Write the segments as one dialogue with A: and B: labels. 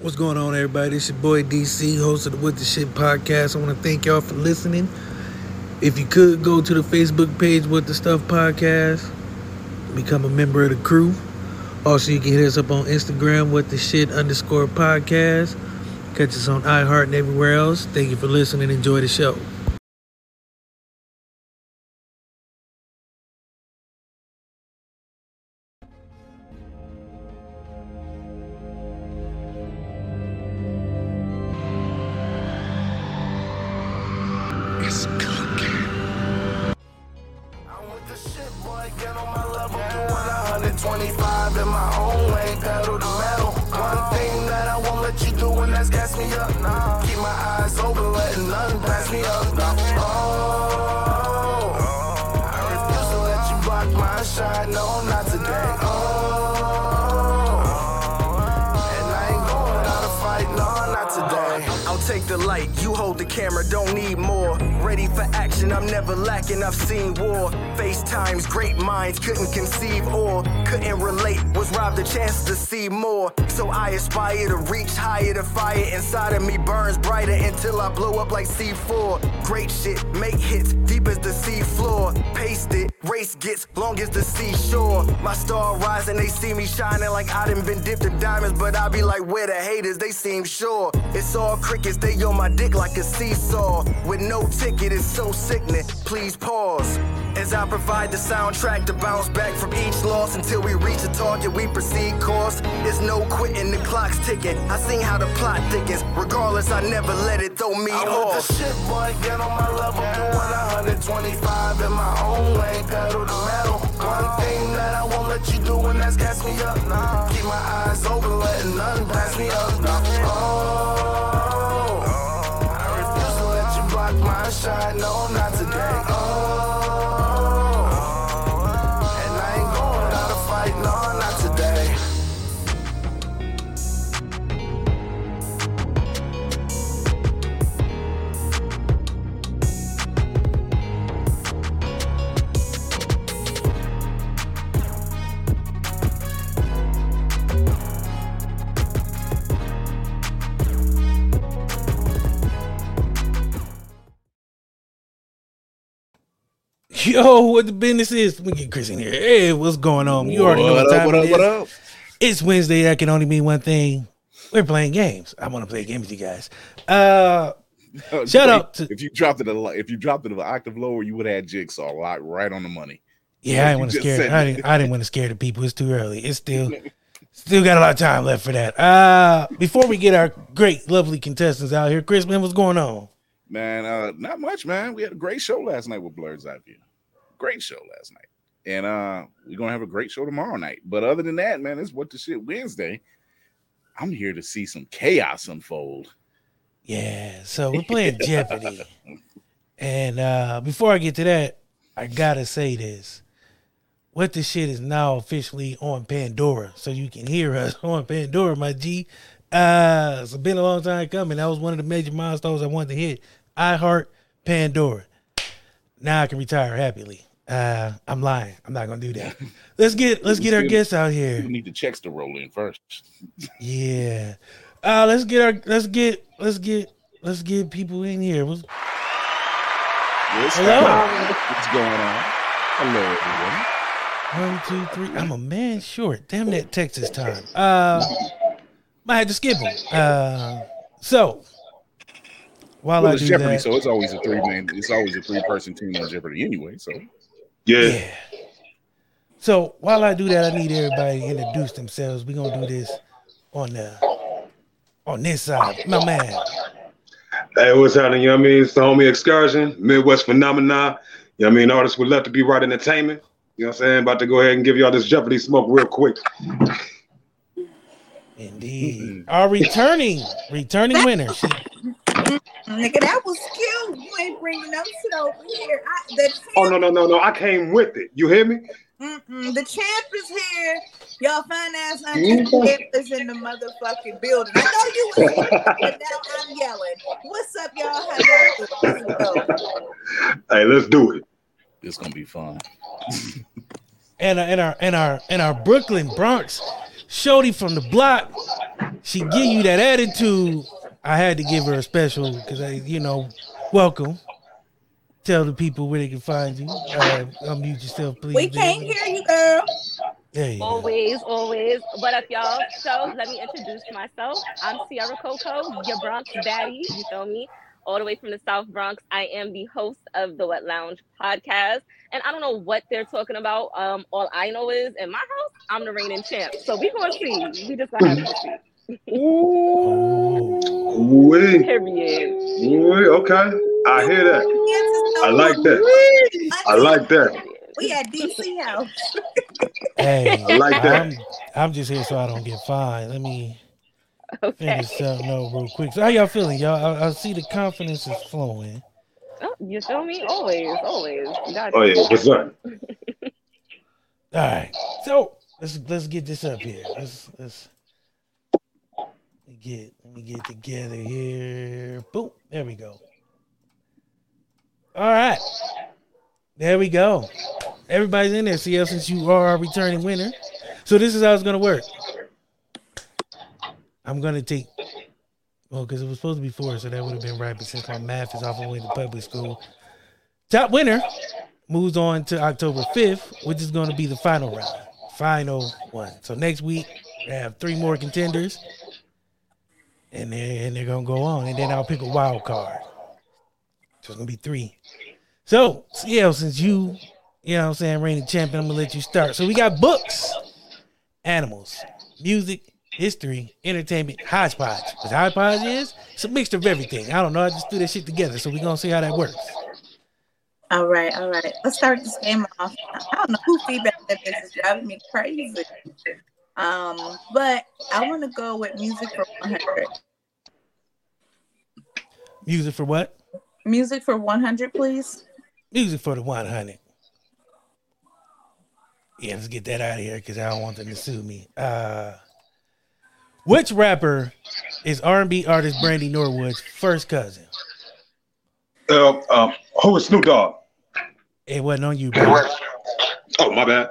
A: What's going on, everybody? It's your boy DC, host of the What the Shit podcast. I want to thank y'all for listening. If you could go to the Facebook page, What the Stuff podcast, become a member of the crew. Also, you can hit us up on Instagram, What the Shit underscore podcast. Catch us on iHeart and everywhere else. Thank you for listening. Enjoy the show.
B: It's cooking.
C: I'm with the shit, boy. Get on my level. Doing 125 in my own lane, pedal to metal. One thing that I won't let you do, and that's gas me up. Nah. Keep my eyes open, letting nothing pass me up. Nah. Oh, I refuse to let you block my shine. No, not today. Oh, and I ain't going out of fight. No, not today.
D: I'll take the light, you hold the camera, don't need more. Ready for action, I'm never lacking, I've seen war. FaceTimes, great minds, couldn't conceive or couldn't relate, was robbed the chance to see more. So I aspire to reach higher, the fire inside of me burns brighter until I blow up like C4. Great shit, make hits, deep as the sea floor. Paste it, race gets long as the seashore. My star rising, they see me shining like I done been dipped in diamonds, but I be like, where the haters, they seem sure. It's all crickets, they on my dick like a seesaw. With no ticket, it's so sickening. Please pause. As I provide the soundtrack to bounce back from each loss until we reach the target, we proceed course. It's no quitting, the clock's ticking. I seen how the plot thickens. Regardless, I never let it throw me
C: I want
D: off.
C: the shit, boy, get on my level. Doing 125 in my own lane, pedal to metal. One thing that I won't let you do, and that's gas me up. Nah. Keep my eyes open, letting nothing pass me up. Nah. Oh, I refuse to let you block my shot. No, not today. Oh, and I ain't going out of fight. No, not today.
A: Yo, what the business is? We get Chris in here. Hey, what's going on? You already know what time
E: what
A: it
E: up,
A: is.
E: what up?
A: It's Wednesday. That can only mean one thing. We're playing games. I want to play games with you guys. Uh,
E: Oh,
A: Shut
E: wait,
A: up.
E: If you dropped it a lot, if you dropped it an octave lower, you would have had jigsaw like right on the money.
A: yeah, I didn't
E: You
A: want to
E: just
A: scare.
E: said
A: I didn't, I didn't want to scare the people. It's too early. It's still, still got a lot of time left for that. Uh, before we get our great, lovely contestants out here, Chris, man, what's going on?
E: Man, uh, not much, man. We had a great show last night with Blurred's Eye View. Great show last night. And uh, we're gonna have a great show tomorrow night. But other than that, man, it's what the shit Wednesday. I'm here to see some chaos unfold.
A: Yeah, so we're playing Jeopardy. And uh before I get to that, I gotta say this. What the shit is now officially on Pandora, so you can hear us on Pandora, my G. Uh it's been a long time coming. That was one of the major milestones I wanted to hit. I heart Pandora. Now I can retire happily. Uh I'm lying. I'm not gonna do that. Let's get let's get our guests out here.
E: We need the checks to roll in first.
A: Yeah. Uh let's get our let's get let's get let's get people in here. What's-
E: What's
A: Hello.
E: happening? What's going on? Hello, everyone.
A: One, two, three. I'm a man short. Damn that Texas time. Uh, I had to skip him. Uh, so while
E: Well,
A: I
E: it's
A: do
E: Jeopardy,
A: that,
E: so it's always a three man. It's always a three person team on Jeopardy anyway. So
A: yeah. So while I do that, I need everybody to introduce themselves. We're gonna do this on the on this side. My man,
F: Hey, what's happening? You know what I mean? It's the homie excursion, Midwest phenomena. You know what I mean? Artists would love to be right entertainment. You know what I'm saying? About to go ahead and give y'all this Jeopardy smoke real quick.
A: indeed, our returning returning winner. She-
G: Nigga, that was cute. You ain't bringing no shit over here. I, the, champ,
F: Oh no, no, no, no. I came with it. You hear me?
G: mm-mm, the champ is here. Y'all fine ass champ is in the motherfucking building. I know you was here, but now I'm yelling. What's up, y'all? How y'all doing? Let's go.
F: Hey, let's do it.
E: it's gonna be fun.
A: uh, and our, and our and our and our Brooklyn Bronx Shorty from the block, she give you that attitude. I had to give her a special because I, you know, welcome. Tell the people where they can find you. Uh, unmute yourself, please.
H: We can't hear you, girl.
A: There you go.
I: Always, always. What up, y'all? So let me introduce myself. I'm Sierra Coco, your Bronx daddy. You feel me? All the way from the South Bronx. I am the host of the Wet Lounge podcast, and I don't know what they're talking about. Um, all I know is in my house, I'm the reigning champ. So we gonna see. We just gonna have to see.
A: oh,
F: Wait,
I: Period.
F: wait, okay. I hear that. I like that. I like that.
H: We at DC house.
A: Hey,
F: I like that.
A: I'm, I'm just here so I don't get fined. Let me
I: Okay.
A: finish something up real quick. So how y'all feeling, y'all? I, I see the confidence is flowing.
I: Oh, you feel me? Always, always. You got
F: Oh
I: it.
F: yeah, what's up?
A: All right, so let's let's get this up here. Let's let's let me get let me get together here. Boom, there we go. All right, there we go. Everybody's in there, CL, since you are our returning winner. So this is how it's gonna work. I'm gonna take well because it was supposed to be four, so that would have been right. But since my math is off, I went to public school. Top winner moves on to October 5th, which is going to be the final round, final one. So next week, we have three more contenders, and they're, and they're going to go on. And then I'll pick a wild card. So it's going to be three. So, yeah, since you, you know what I'm saying, reigning champion, I'm going to let you start. So we got books, animals, music, history, entertainment, hodgepodge. Because hodgepodge is, it's a mixture of everything. I don't know. I just threw that shit together. So we're going to see how that works.
H: All right, all right. Let's start this game off. I don't know who feedback that this is driving me crazy. Um, but I want to go with music for 100.
A: Music for what?
H: Music for 100, please.
A: Music for the 100. Yeah, let's get that out of here because I don't want them to sue me. Uh, which rapper is R&B artist Brandy Norwood's first cousin?
F: Uh, um, who is Snoop Dogg?
A: It wasn't on you, bro.
F: Oh my bad.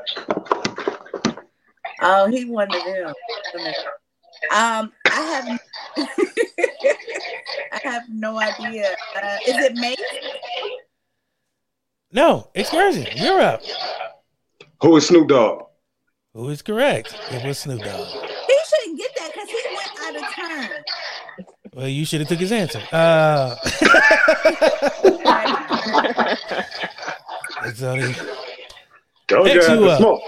H: Oh, he one of them. Um, I have, I have no idea. Uh, is it Mace?
A: No, excursion. You're up.
F: Who is Snoop Dogg?
A: Who is correct? It was Snoop Dogg.
H: He shouldn't get that because he went out of turn.
A: Well, you should have took his answer. Uh, it's only
F: Don't
A: Hit
F: get out
A: you
F: the
A: up.
F: smoke.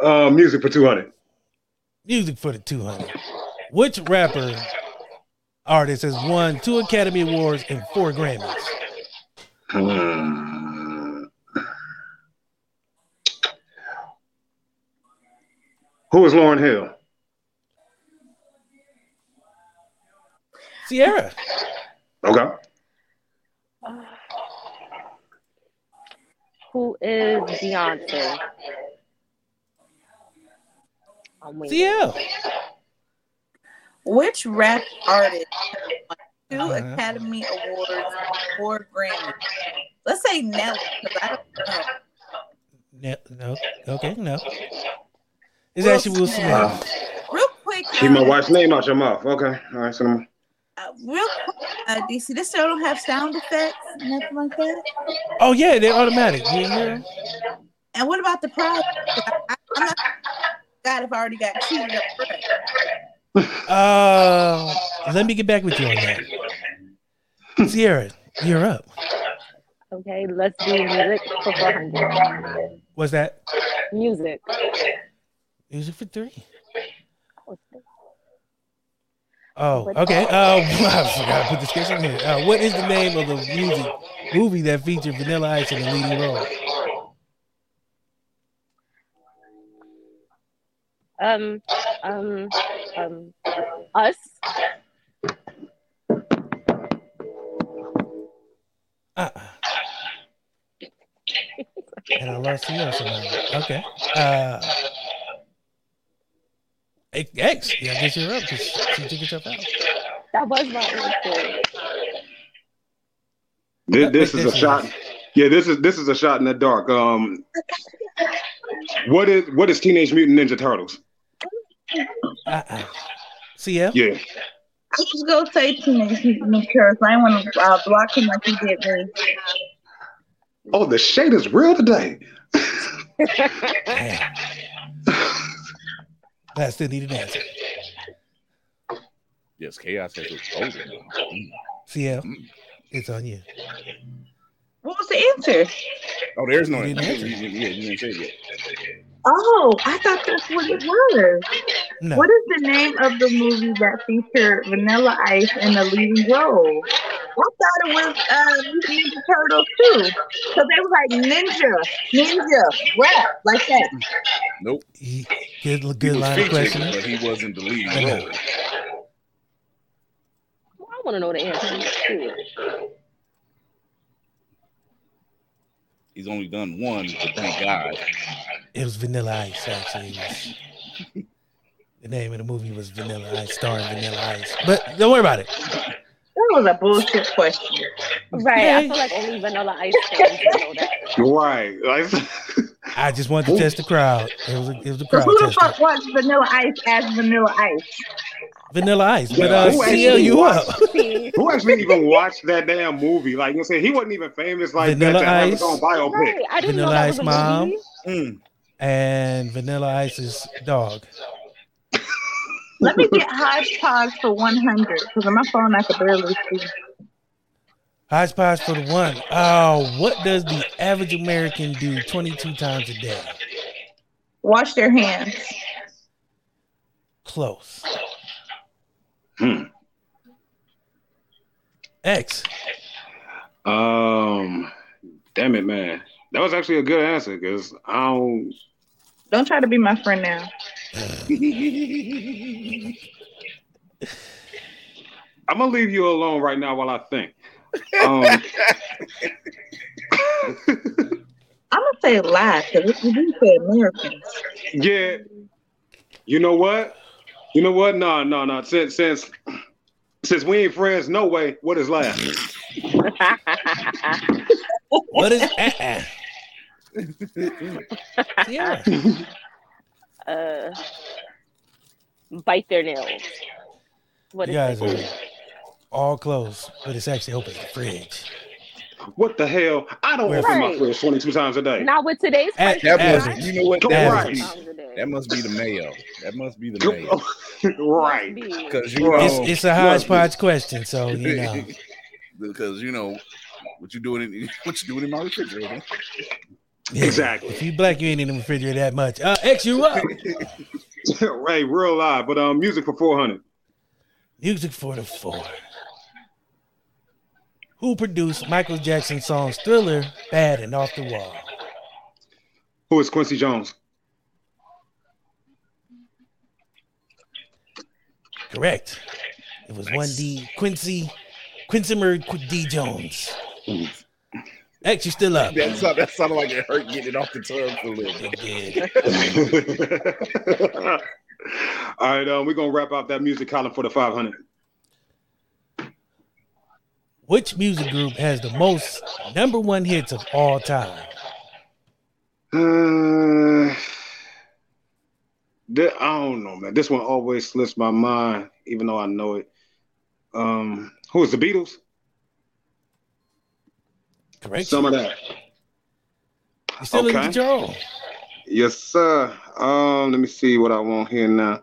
F: Uh, music for two hundred.
A: music for the 200. Which rapper artist has won two Academy Awards and four Grammys?
F: Hmm. Who is Lauren Hill?
A: Sierra.
F: Okay.
I: Who is Beyonce? I'm waiting.
A: CL.
H: Which rap artist won 2
A: Uh-huh.
H: Academy Awards or Grammy? Let's say Nelly, because I don't know.
A: No, no. Okay, no. It's
H: Will
A: actually Will Smith.
H: Smith.
F: Uh,
H: Real quick,
F: keep my
H: um,
F: wife's name out your mouth. Okay. All right. So I'm-
H: uh, real quick, uh, DC. This show don't have sound effects, nothing like that.
A: Oh yeah, they're automatic. You hear?
H: And what about the prize? I, I'm not God if I already got cheated. up first.
A: Uh, let me get back with you on that. Sierra, you're up.
I: Okay, let's do music for 400.
A: What's that?
I: Music.
A: Music for three. Oh, okay. Uh, I forgot to put the sketch in here. Uh, what is the name of the music movie that featured Vanilla Ice in the leading role?
I: Um, um, um, us.
A: Uh-uh. and I lost you somehow. Okay. Uh, X- X, yeah, I guess you're up because she took herself out.
I: That was my answer.
F: This, this is a shot. Yeah, this is this is a shot in the dark. Um, what is what is Teenage Mutant Ninja Turtles?
A: Uh-uh. CF?
F: Yeah.
H: I was gonna say too many many curse. I didn't want to uh, block him like he did me.
F: Oh, the shade is real today.
A: Damn. I still need an answer.
E: Yes, chaos has exploded.
A: CF, it's on you.
H: What was the answer?
E: Oh, there's no
A: You
E: answer.
A: didn't answer.
E: You didn't- yeah, you didn't say it yet.
H: Oh, I thought that's what it was.
A: No.
H: What is the name of the movie that featured Vanilla Ice in the leading role? I thought it was um, Ninja Turtles too, because they was like ninja, ninja, rap like that.
E: Nope.
A: Ye- Good,
E: He
A: good
E: was
A: line of
E: featured,
A: questioning.
E: but he wasn't the lead
A: Yeah.
E: role.
I: Well, I want to know the answer. too.
E: He's only done one, but thank God.
A: It was Vanilla Ice, actually. It was- the name of the movie was Vanilla Ice, starring Vanilla Ice. But don't worry about it.
H: That was a bullshit question.
I: Right. I
A: Okay.
I: feel like only Vanilla Ice fans would know that.
F: Right. Like,
A: I just wanted to test the crowd. It was a, it was a crowd
H: Who the
A: tester.
H: fuck watched Vanilla Ice as Vanilla Ice?
A: Vanilla Ice. But
F: Yeah,
A: uh, CL,
F: who actually
A: you up?
I: See,
F: who actually even watched that damn movie? Like you say, he wasn't even famous like
A: Vanilla
F: that to have
A: Ice.
F: his own biopic.
I: right. I didn't
A: Vanilla
I: know that
A: Ice
I: was a
A: Mom.
I: movie.
E: Mm.
A: And Vanilla Ice's dog.
H: Let me get hodgepodge for one hundred because on my phone I could barely see.
A: Hodgepodge for the one. Uh, what does the average American do 22 times a day?
H: Wash their hands.
A: Close.
F: Hmm.
A: X.
F: Um, damn it, man. That was actually a good answer because I don't.
H: Don't try to be my friend now.
F: I'm gonna leave you alone right now while I think. Um,
H: I'm gonna say lie because you didn't say Americans.
F: yeah. You know what? You know what? No, no, no. Since since since we ain't friends, no way. What is last?
A: What is uh-uh? Yeah.
I: uh, bite their nails. What
A: You guys
I: is it?
A: are all close, but it's actually open in the fridge.
F: What the hell? I don't open my
I: Right.
F: fridge 22 times a day.
I: Not with today's
A: At-
I: prices,
E: That
A: Average.
E: must, you know what? That,
F: Right.
E: must
I: times a day.
E: be, that must be the mayo. That must be the mayo.
F: right.
I: Must be.
E: Because Oh, you know,
A: It's, it's a hodgepodge question, so you know.
E: because you know what you doing in what you doing in my refrigerator.
A: Yeah.
F: Exactly.
A: If you black, you ain't in the refrigerator that much. Uh, X, you up?
F: right, real live. But um, music for 400.
A: Music for the four. Who produced Michael Jackson's songs Thriller, Bad, and Off the Wall?
F: Who is Quincy Jones?
A: Correct. It was one D Quincy Quincy Murray Qu- D Jones. X, you still up?
E: That sound, that sounded like it hurt getting it off the tongue for a little bit.
A: It did.
F: All right, um, we're gonna wrap up that music column for the 500.
A: Which music group has the most number one hits of all time?
F: Uh, the- I don't know, man. This one always slips my mind, even though I know it. Um, who is the Beatles?
A: Correct.
F: Some of that.
A: you still in
F: okay.
A: control.
F: Yes, sir. Um, let me see what I want here now.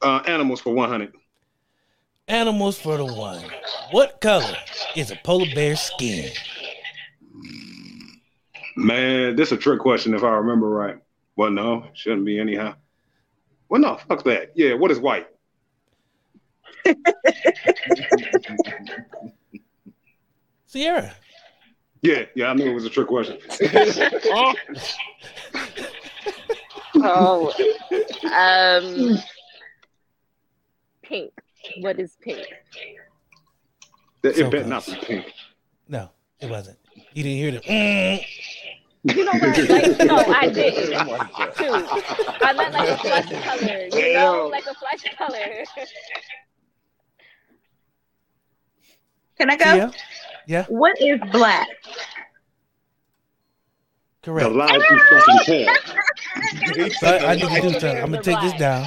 F: Uh, animals for 100.
A: Animals for the one. What color is a polar bear's skin?
F: Man, this a trick question if I remember right. Well, no, shouldn't be anyhow. Well, no, fuck that. Yeah, what is white?
A: Sierra.
F: Yeah, yeah, I knew it was a trick question.
I: Oh, um, pink. What is pink?
F: It
A: So
F: better not be
A: close.
F: pink.
A: No, it wasn't. You didn't hear the mm,
I: You know what? Like, no, I didn't. Too. I meant like a flesh color. You know, like a flesh color.
H: Can I go?
A: Yeah,
H: What is black?
F: The
A: correct.
F: lies you fucking tell.
A: So I, I need to do something. I'm gonna take this down.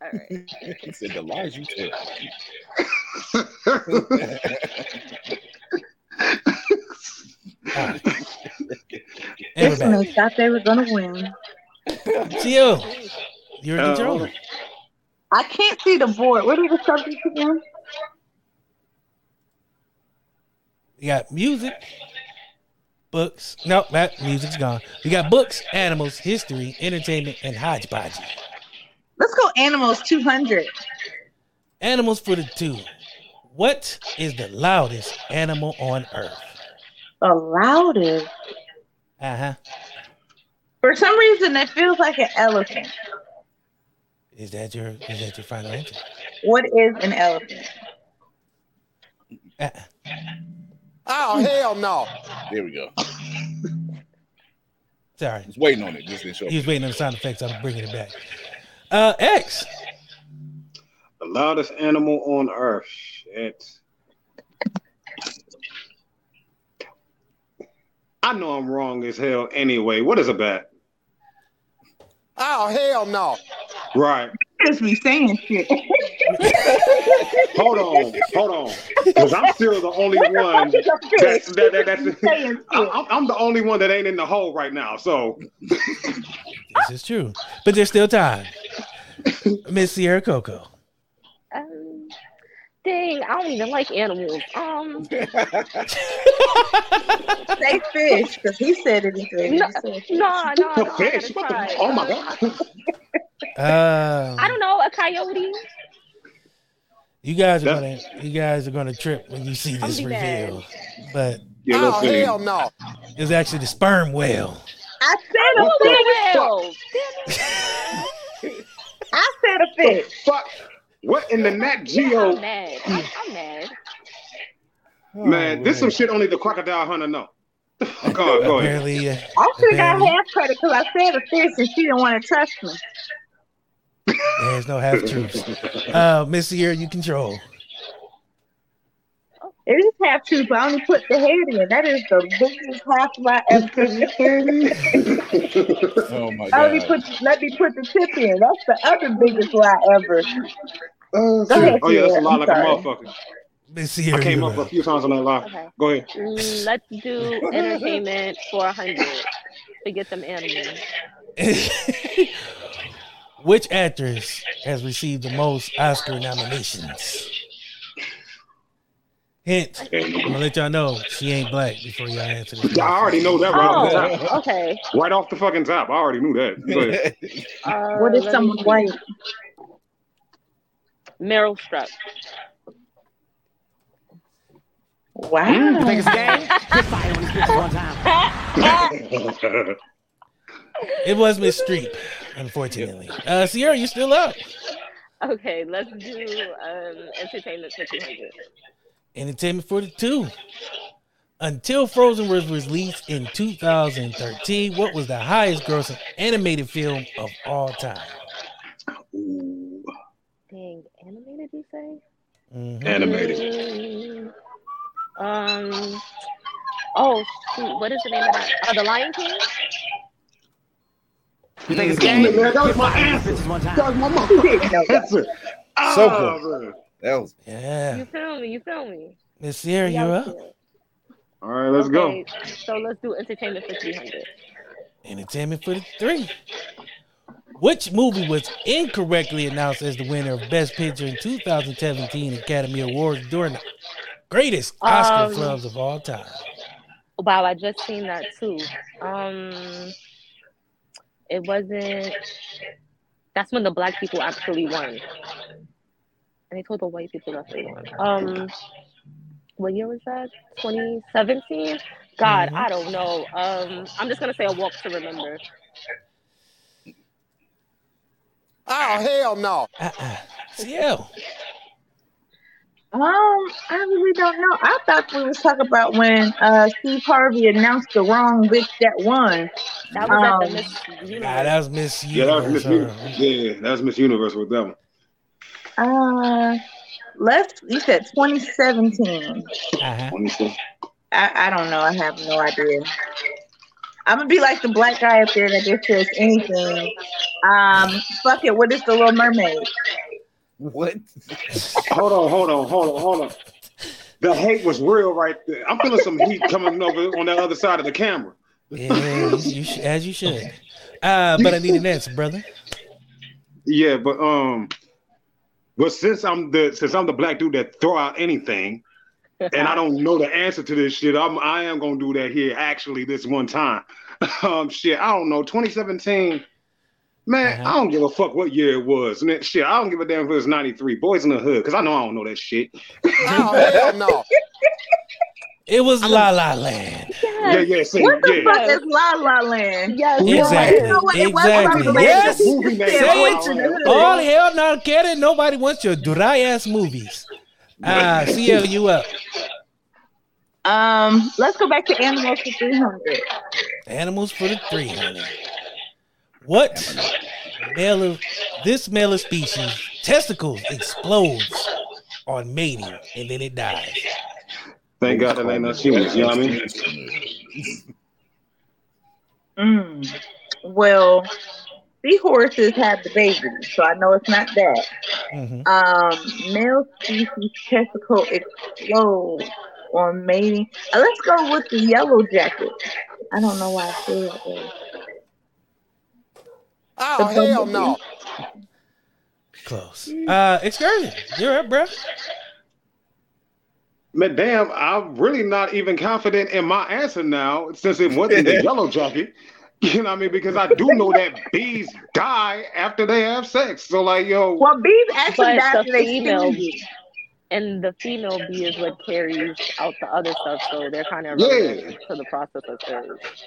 I: All right.
E: He said the lies you tell.
H: This
A: Everybody.
H: one thought they were gonna win.
A: Gio, you're in
E: Uh,
A: control.
H: I can't see the board. What are the subjects again?
A: You got music, books. No, that music's gone. You got books, animals, history, entertainment, and hodgepodge.
H: Let's go animals 200.
A: Animals for the two. What is the loudest animal on earth?
H: The loudest.
A: Uh huh.
H: For some reason, it feels like an elephant.
A: Is that your is that your final answer?
H: What is an elephant?
A: Uh-uh.
D: Oh, hell no.
E: There we go.
A: Sorry,
E: was waiting on it. Just didn't show up.
A: he was waiting on the sound effects. I'm bringing it back. Uh, X.
F: The loudest animal on earth. Shit. I know I'm wrong as hell anyway. What is a bat?
D: Oh, hell no.
F: Right.
H: Just me saying shit.
F: Hold on. Hold on. Because I'm still the only one. That's, that, that, that's,
H: Saying shit.
F: I- I'm, I'm the only one that ain't in the hole right now. So
A: This is true, but there's still time. Miss Sierra Coco.
I: Um, dang, I don't even like animals. Um,
H: Say fish, because he said it. He said it. He said it.
I: no, no, no.
F: the
I: I
F: fish.
I: gotta
F: What the,
I: try.
F: oh my
I: Uh,
F: god.
A: Um,
I: I don't know, a coyote.
A: You guys are gonna
F: That's-
A: you guys are gonna trip when you see this
I: be mad.
A: reveal. But
F: Yeah,
D: oh,
F: no kidding.
D: hell no.
A: it was actually the sperm whale.
H: I said a
I: Oh,
H: fish.
I: a whale.
H: I said a fish.
F: Fuck. What in the Nat
I: I'm
F: Geo?
I: mad. I'm, I'm mad.
F: Man, this
H: Oh,
F: some shit only the crocodile hunter know. Go on, go ahead.
A: Apparently, uh,
H: I should have
A: Apparently.
H: got half credit because I said a fish and she didn't want to trust me.
A: there's no half truths. Uh, Miss Sierra, you control.
H: It is half truth, but I only put the head in. That is the biggest half lie ever.
E: Oh my
H: I only
E: god.
H: put let me put the tip in. That's the other biggest lie ever. Go ahead,
F: Oh yeah, that's a
H: Sierra.
F: lot
H: I'm
F: like a
H: sorry.
F: motherfucker.
A: Miss
F: I
A: Sierra,
F: came
A: you
F: up a
A: up.
F: few times on that line.
I: Okay.
F: Go ahead.
I: Mm, let's do entertainment for a hundred to get some animals.
A: Which actress has received the most Oscar nominations? Hint. I'm gonna let y'all know she ain't black before y'all answer this.
F: Yeah, I already know that right off the top.
I: Oh, okay.
F: Right off the fucking top. I already knew that. Go ahead.
I: Uh,
H: What if
I: let
H: someone
I: me-
H: white?
I: Meryl Streep.
H: Wow.
J: Think it's game? Get fired on this bitch one time.
A: It was Miss Streep, unfortunately. Uh, Sierra, you still up?
I: Okay, let's do um, entertainment for two hundred.
A: Entertainment for the two. Until Frozen was released in 2013, what was the highest grossing animated film of all time?
F: Ooh,
I: Dang, animated? You say?
A: Mhm.
F: animated.
I: Mm, Um. Oh shoot! What is the name of that? Oh, The Lion King.
J: You think it's game?
F: Man, that was my
J: Get
F: answer.
J: fired on this bitch one
F: That
J: time.
F: was my motherfucking answer.
E: So
F: Ah,
E: close.
F: man.
E: That was
A: Yeah.
I: You feel me? You feel me?
A: Miss Sierra,
I: Yeah,
A: you're
I: I
A: up.
I: feel it.
F: All right, let's go.
I: Okay, So let's do entertainment for three hundred.
A: Entertainment for the three. Which movie was incorrectly announced as the winner of Best Picture in 2017 Academy Awards during the greatest Oscar
I: Um,
A: flubs of all time?
I: Wow, I just seen that too. Um, it wasn't. That's when the black people actually won, and they told the white people that they won. Um, what year was that? Twenty seventeen. God,
A: Mm-hmm.
I: I don't know. Um, I'm just gonna say a walk to remember.
D: Oh, hell no.
A: Uh-uh. CL.
H: Um, I really don't know. I thought we was talking about when uh Steve Harvey announced the wrong bitch that won.
I: That was at
H: Um,
I: the Miss
A: Nah,
I: Universe.
A: Ah, that was Miss
F: Yeah, that
A: Universe.
F: was Miss
A: uh,
F: Universe. Yeah, that was Miss Universe with that one.
H: Uh, left. You said 2017.
A: uh-huh.
F: Honestly.
H: I, I don't know. I have no idea. I'm gonna be like the black guy up there that just says anything. Um, fuck it. What is the Little Mermaid?
E: What?
F: hold on, hold on, hold on, hold on. The hate was real right there. I'm feeling some heat coming over on the other side of the camera.
A: Yeah, you, you sh- as you should. Uh, but I need an answer, brother.
F: Yeah, but um, but since I'm the since I'm the black dude that throw out anything, and I don't know the answer to this shit, I'm I am gonna do that here actually this one time. Um, shit, I don't know. 2017, man,
H: Uh-huh.
F: I don't give a fuck what year it was. Man, shit, I don't give a damn if it was 93. Boys in the Hood, because I know I don't know that shit.
K: Oh, hell no.
A: It was La La Land.
F: Yeah, yeah, see,
H: what the
F: yeah.
H: fuck is La La Land?
I: Yes.
A: Exactly.
H: You know what it was?
A: Exactly.
H: La La Land.
A: Yes.
H: It's a
F: Movie name.
H: Yeah,
A: Say
H: Boys in
A: it.
H: the Hood.
A: All hell not canon. Nobody wants your dry ass movies. Uh, CL, you up.
H: Um, let's go back to Animals for 300.
A: Animals for the 300. What male of this male of species testicles explodes on mating and then it dies?
F: Thank God that ain't no humans. You know what I mean?
H: Mm. Well, seahorses have the babies, so I know it's not that.
A: hmm
H: Um, male species testicle explode on mating. Uh, let's go with the yellow jacket. I don't know why I feel that way.
K: Oh, hell no.
A: Close. Uh, excursion. You're up, bro.
F: Man, damn, I'm really not even confident in my answer now since it wasn't the yellow jacket. You know what I mean? Because I do know that bees die after they have sex. So, like, yo,
H: Well, bees actually
I: But
H: die
I: the
H: after they
I: female-
H: sting you.
I: and the female bee is what carries out the other stuff, so they're kind of
F: Yeah.
I: relevant to the process of marriage.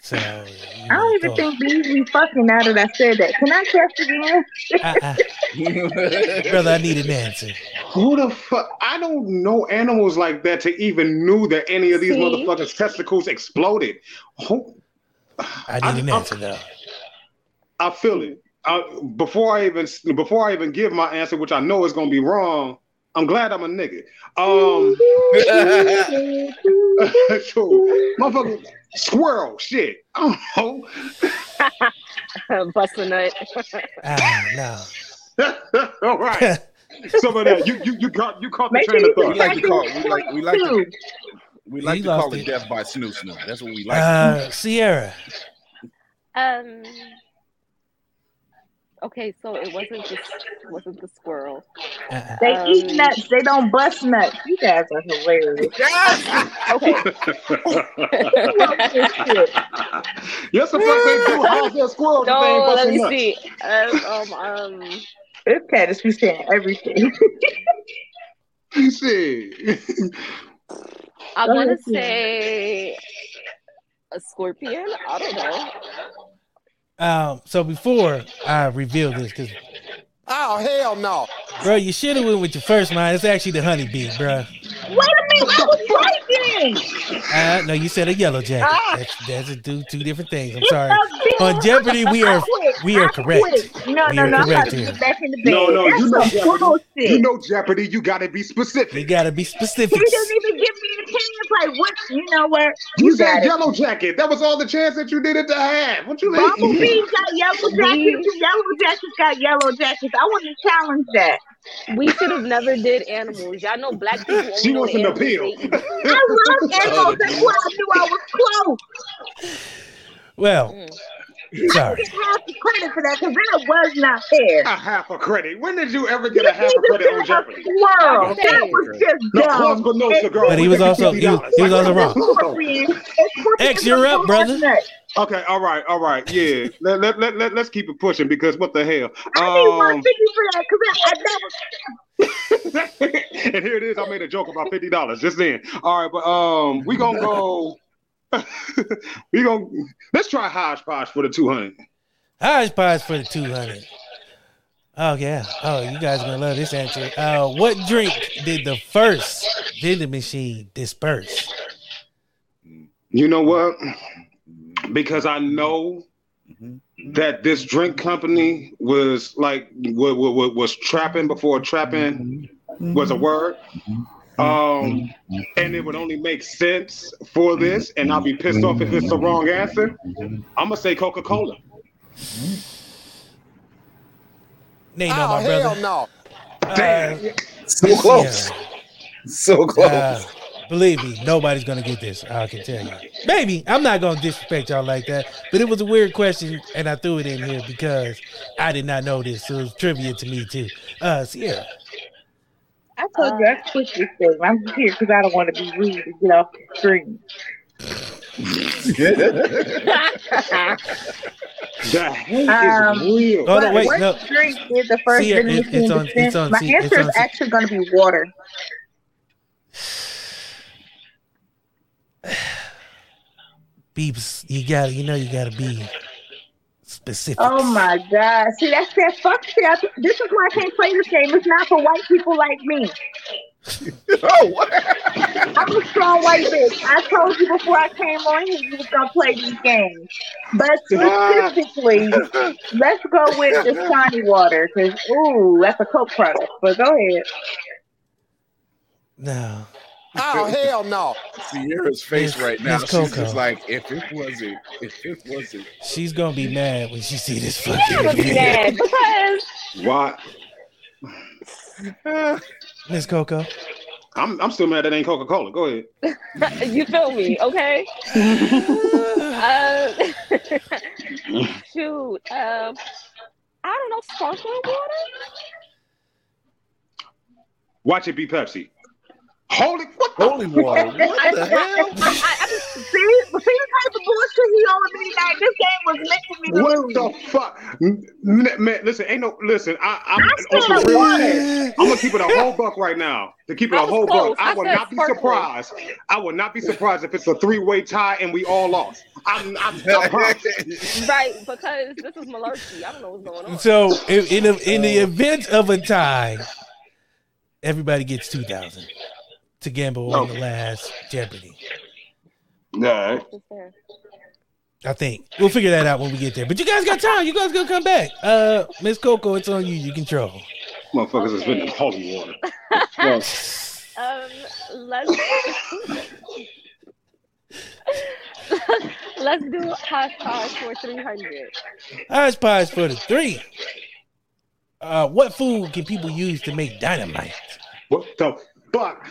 A: So
H: I don't
A: Oh.
H: even think bees be fucking now that I said that. Can I test again?
A: uh brother, I need an answer.
F: who the fuck? I don't know animals like that to even knew that any of these
I: See?
F: motherfuckers' testicles exploded. Who,
A: I
F: I-
A: need an
F: I'm-
A: answer though.
F: I feel it. I, before I even before I even give my answer, which I know is gonna be wrong, I'm glad I'm a nigga. Um, so, motherfucker, squirrel, shit. Oh, I don't know.
I: Bust a nut.
A: Ah, no.
F: All right. Some of that. You you you caught you caught the
H: Make sure
F: train
H: you
F: of
E: We
H: can
E: like
F: thought.
H: back
E: to
H: to
E: call- we like- we like to-
H: two.
E: We like
A: You
E: to call
A: lost
E: it
A: it.
E: death by snoo snoo. That's what we like.
A: Uh, Sierra.
I: Um. Okay, so it wasn't the wasn't the squirrel.
A: Uh-uh.
H: They eat
I: Um,
H: nuts. They don't bust nuts. You guys are hilarious.
I: Okay.
F: yes, the fuck they do. How's that squirrel? that they ain't
I: no, let
F: busting
I: me
F: nuts?
I: see. Um, um, um,
H: This cat is be saying everything.
F: Shit.
I: I
H: Go
I: want
H: ahead,
I: to
H: Sierra.
I: say a scorpion. I don't know.
A: Um, so before I reveal this, because
K: Oh, hell no.
A: bro, you should have went with your first mind. It's actually the honeybee, bro.
H: Wait a minute, I was writing.
A: Uh, no, you said a yellow jacket. That's that's a do two different things. I'm sorry. On Jeopardy, we
H: I
A: are
H: quit.
A: we are
H: I
A: correct.
H: quit. No,
A: We
H: no,
A: are
H: no. I'm about
A: correct
H: to
A: here.
H: get back in the bed.
F: No, no, you know
H: That's some
F: Jeopardy.
H: bullshit.
F: You know Jeopardy. You gotta be
A: You
F: specific.
A: gotta be
H: he
A: specific.
H: doesn't even give me an opinion. It's like, what? You know what? got
F: You said
H: it.
F: yellow jacket. That was all the chance that you needed to have. What you mean?
H: Bumblebees got yellow jackets. and Yellow jackets got yellow jackets. I want to challenge that.
I: We should have never did animals. Y'all know black people only
F: She
I: know
F: wants
I: the
F: an
I: animals
F: appeal.
I: they eat.
H: I love animals. That's why I knew I was close.
A: Well,
H: I
A: sorry.
H: get half the credit for that because that was not fair.
F: a half a credit. When did you ever get a half a credit on Jeopardy?
H: Wow, that was just
F: No
H: dumb.
F: plus, but no
H: It-
F: cigar.
A: But he was
F: We get
A: also- he was- he was also
F: $50.
H: Scorpion. It's scorpion
A: X, you're up, brother.
F: Okay, all right, all right, yeah. let, let, let, let, us keep it pushing because what the hell?
H: I need
F: Um,
H: 150 for that because I, I, that was
F: and here it is. I made a joke about fifty dollars just then. All right, but um, we gonna go. we gonna let's try hodgepodge for the two hundred.
A: Hodgepodge for the two hundred. Oh yeah. Oh, you guys gonna love this answer. Uh, what drink did the first vending machine disperse?
F: You know what? Because I know that this drink company was like was, was trapping before trapping was a word. Um, and it would only make sense for this, and I'll be pissed off if it's the wrong answer. I'm gonna say Coca Cola.
A: Nate,
K: oh,
A: my
K: hell
A: brother.
K: no.
A: Damn.
E: So close. So close.
A: believe me, nobody's gonna get this. I can tell you. Maybe I'm not gonna disrespect y'all like that, but it was a weird question, and I threw it in here because I did not know this. So it was trivia to me too. Uh, Sierra.
H: I told you I quit this thing. I'm here because I don't want to be rude and get off the screen.
F: The hate
H: Um,
F: is real.
A: Oh, no,
H: what-
A: wait,
H: what
A: no.
H: drink did the first
A: See, it- it-
H: Dominican
A: it's on- it's
H: descent?
A: on-
H: My
A: see, it's
H: answer
A: on-
H: is actually going to be water.
A: Beeps, you gotta, you know, you gotta be specific.
H: Oh my God. See, that's that fuck shit. I- This is why I can't play this game. It's not for white people like me.
E: Oh, what?
H: I'm a strong white bitch. I told you before I came on here you was gonna play these games. But specifically, let's go with the shiny water because ooh, that's a coke product. But go ahead.
A: No,
K: Oh, hell no.
E: Sierra's face
A: Miss-
E: right now.
A: Miss
E: She's
A: Uh, Coco.
E: just like, if it wasn't, if it wasn't.
A: she's gonna be mad when she see this
I: I would be
A: fucking
I: mad because
F: Why?
A: Miss Coco.
F: I'm I'm still mad that ain't Coca Cola. Go ahead.
I: you feel me, okay? uh, shoot, um, I don't know, sparkling water.
F: Watch it be Pepsi. Holy what?
E: Holy water. What the hell?
H: See, see the type of bullshit he on with me like this game was making me
F: What
H: lose.
F: the fuck, N- n- man? Listen, ain't no listen. I, I'm
H: I
F: on some
H: said
F: real
H: water.
F: shit. I'm gonna keep it a whole buck right now. To keep it
I: I
F: a
I: was
F: whole
I: close.
F: buck, I,
I: I
F: will
I: said
F: not be
I: sparkling.
F: surprised. I will not be surprised if it's a three way tie and we all lost. I'm, I'm, I promise.
I: Right, because this is malarkey. I don't know what's going on.
A: So in in, the in the event of a tie, everybody gets two thousand to gamble on the
F: Okay.
A: last Jeopardy.
F: Nah.
I: Just there.
A: I think we'll figure that out when we get there. But you guys got time. You guys gonna come back. Uh, Miss Coco, it's on you. You control.
F: Motherfuckers has been in holy water.
I: Um, let's let's do hot sauce for three hundred.
A: Hodgepodge for the three. Uh, what food can people use to make dynamite?
F: What the fuck?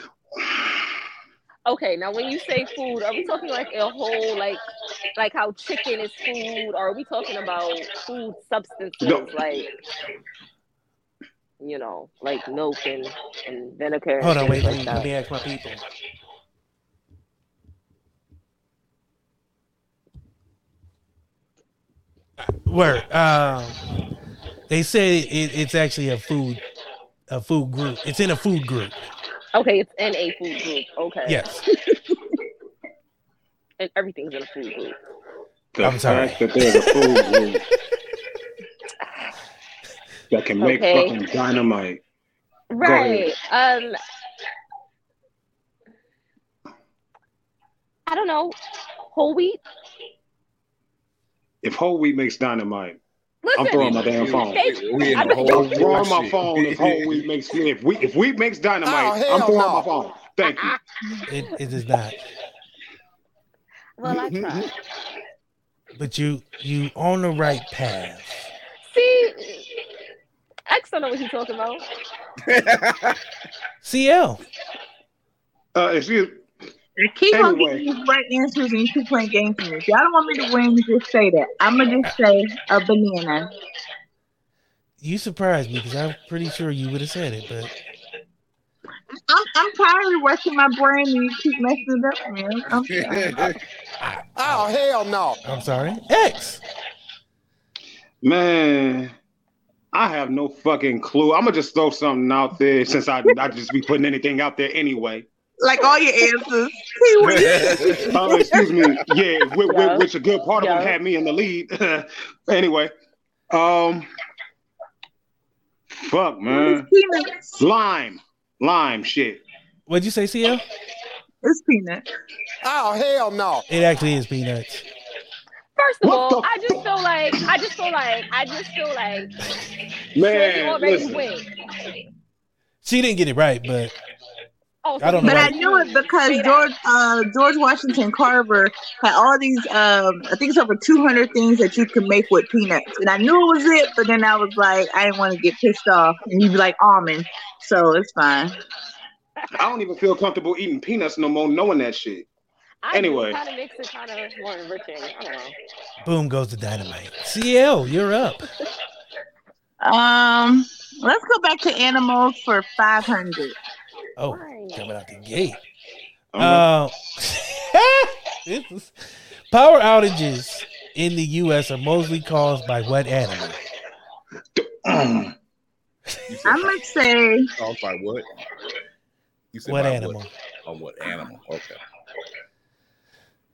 I: Okay, now when you say food, are we talking like a whole like like how chicken is food, or are we talking about food substances
F: No.
I: like you know, like milk and, and vinegar?
A: Hold on,
I: and
A: wait. Let me,
I: things like that?
A: let me ask my people. Uh, Word. Um, they say it, it's actually a food, a food group. It's in a food group.
I: Okay, it's in a food group. Okay,
A: Yes.
I: and everything's in a food group.
F: The
A: I'm sorry.
F: fact that there's a food room that can make
I: Okay.
F: fucking dynamite.
I: Right. Um I don't know. Whole wheat?
F: If whole wheat makes dynamite,
I: Listen,
F: I'm throwing my damn phone.
I: they-
E: We in
I: I
E: the
I: bet-
E: whole
F: I'm throwing my
E: shit.
F: phone if whole wheat makes if we if wheat makes
K: Oh,
F: dynamite,
K: hell
F: I'm throwing
K: no.
F: my phone. Thank you.
A: It, it is not.
I: well, I tried.
A: But you you on the right path.
I: See, X don't know what he's talking about.
A: CL.
F: Uh, excuse.
H: I keep on
F: Anyway.
H: getting these right answers and you keep playing games with me. If y'all don't want me to win, just say that. I'm gonna just say a banana.
A: You surprised me because I'm pretty sure you would have said it, but
H: I'm, I'm tired of rushing my brain and you keep messing it up, man. I'm sorry.
K: Oh, hell no.
A: I'm sorry. X.
F: Man, I have no fucking clue. I'm gonna just throw something out there since I I just be putting anything out there anyway.
H: like all your answers. He was-
F: Oh, excuse me. Yeah, whi- whi-
I: Yeah.
F: which a good part of
I: Yeah.
F: them had me in the lead. anyway, um, fuck man,
H: peanuts.
F: lime, lime shit.
A: What'd you say, CL?
H: It's peanuts.
K: Oh, hell no.
A: It actually is peanuts.
I: First of
F: What
I: all,
F: the
I: I just feel like I just feel like I just feel like Shorty
F: Man,
I: already
F: listen.
I: went.
A: She didn't get it right, but
I: Oh,
A: I don't know
H: But I
A: why-
H: knew it because George uh, George Washington Carver had all these. Um, I think it's over two hundred things that you can make with peanuts, and I knew it was it. But then I was like, I didn't want to get pissed off, and you'd be like almond, so it's fine.
F: I don't even feel comfortable eating peanuts no more, knowing that shit. Anyway.
I: kind of makes it kind of more enriching. I don't know.
A: Boom goes the dynamite. CL, you're up.
H: Um, let's go back to animals for five hundred.
A: Oh, coming out the gate. Uh,
H: I'm
A: this is- power outages in the U.S. are mostly caused by what animal?
H: I'm gonna say
E: Caused by what? You
A: What
E: by
A: animal?
E: What? On what animal? Okay.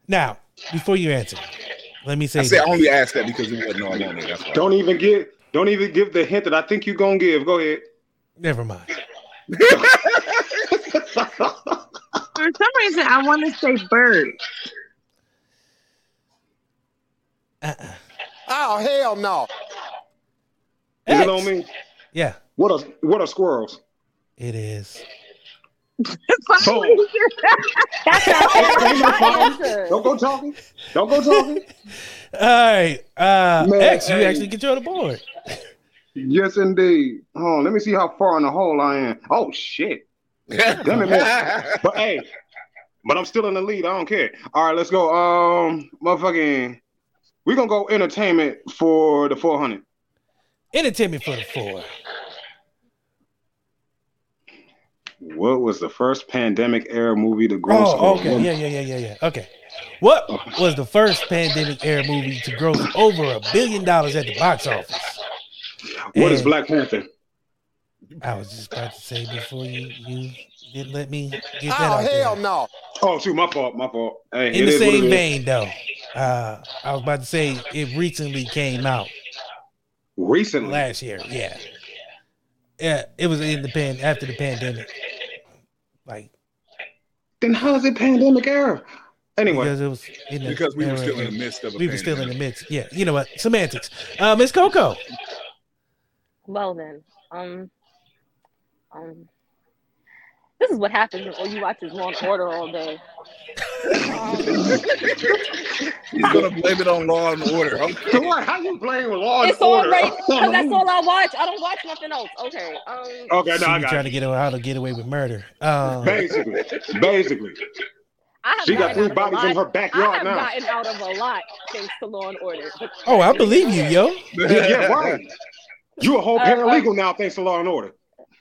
A: Now, before you answer, let me say.
E: I said I
A: this.
E: only asked that because it wasn't all on there. That's why.
F: Don't even give don't even give the hint that I think you're gonna give. Go ahead.
A: Never mind.
H: for some reason I want to say bird.
K: Oh, hell no.
F: Is it on me?
A: Yeah,
F: What are what are squirrels?
A: it is.
F: Boom.
I: That's
F: Don't go talking. Don't go talking.
A: All right, uh,
F: Man,
A: X, you
F: hey.
A: actually control the board.
F: Yes, indeed. Oh, let me see how far in the hole I am. Oh shit. Damn it, man. But hey, but I'm still in the lead. I don't care. All right, let's go. Um, motherfucking, we're gonna go entertainment for the 400.
A: Entertainment for the four.
F: What was the first pandemic era movie to gross?
A: Oh,
F: over
A: okay.
F: one-
A: Yeah, yeah, yeah, yeah, yeah. Okay. What was the first pandemic era movie to gross over a billion dollars at the box office?
F: What is
A: And-
F: Black Panther?
A: I was just about to say before you you didn't let me get that
K: Oh,
A: out there.
K: hell no.
F: Oh shoot, my fault, my fault. Hey,
A: In
F: it
A: the
F: is what
A: same
F: it is.
A: vein, though, uh, I was about to say it recently came out
F: Recently,
A: last year. Yeah, yeah, it was in the pan after the pandemic. Like
F: then how's it pandemic era? Anyway,
A: because it was in the
E: Because we were
A: era
E: still in
A: of-
E: the midst of a
A: we were still in the
E: pandemic.
A: midst. Yeah, you know what? Semantics. Uh, Miss Coco.
I: Well then, um, um, this is what happens when all you watch is Law and Order all day.
E: He's gonna blame it on Law and Order. Okay.
F: Dwight, how you playing with Law and
I: It's all
F: Order? Oh,
I: right because that's all I watch. I don't watch nothing else. Okay. Um,
F: okay,
A: she
F: no, I
A: be
F: got
A: trying
F: it.
A: to get away, how to get away with murder. Um,
F: Basically, basically,
I: I have
F: she
I: gotten
F: got three
I: out of a
F: bodies in
I: lot-
F: her
I: I
F: backyard
I: have
F: now.
I: gotten out of a lot thanks to Law and Order. But
A: oh, I believe you, yo.
F: Yeah, yeah, right. You a whole
I: Uh,
F: paralegal now, thanks to Law and Order.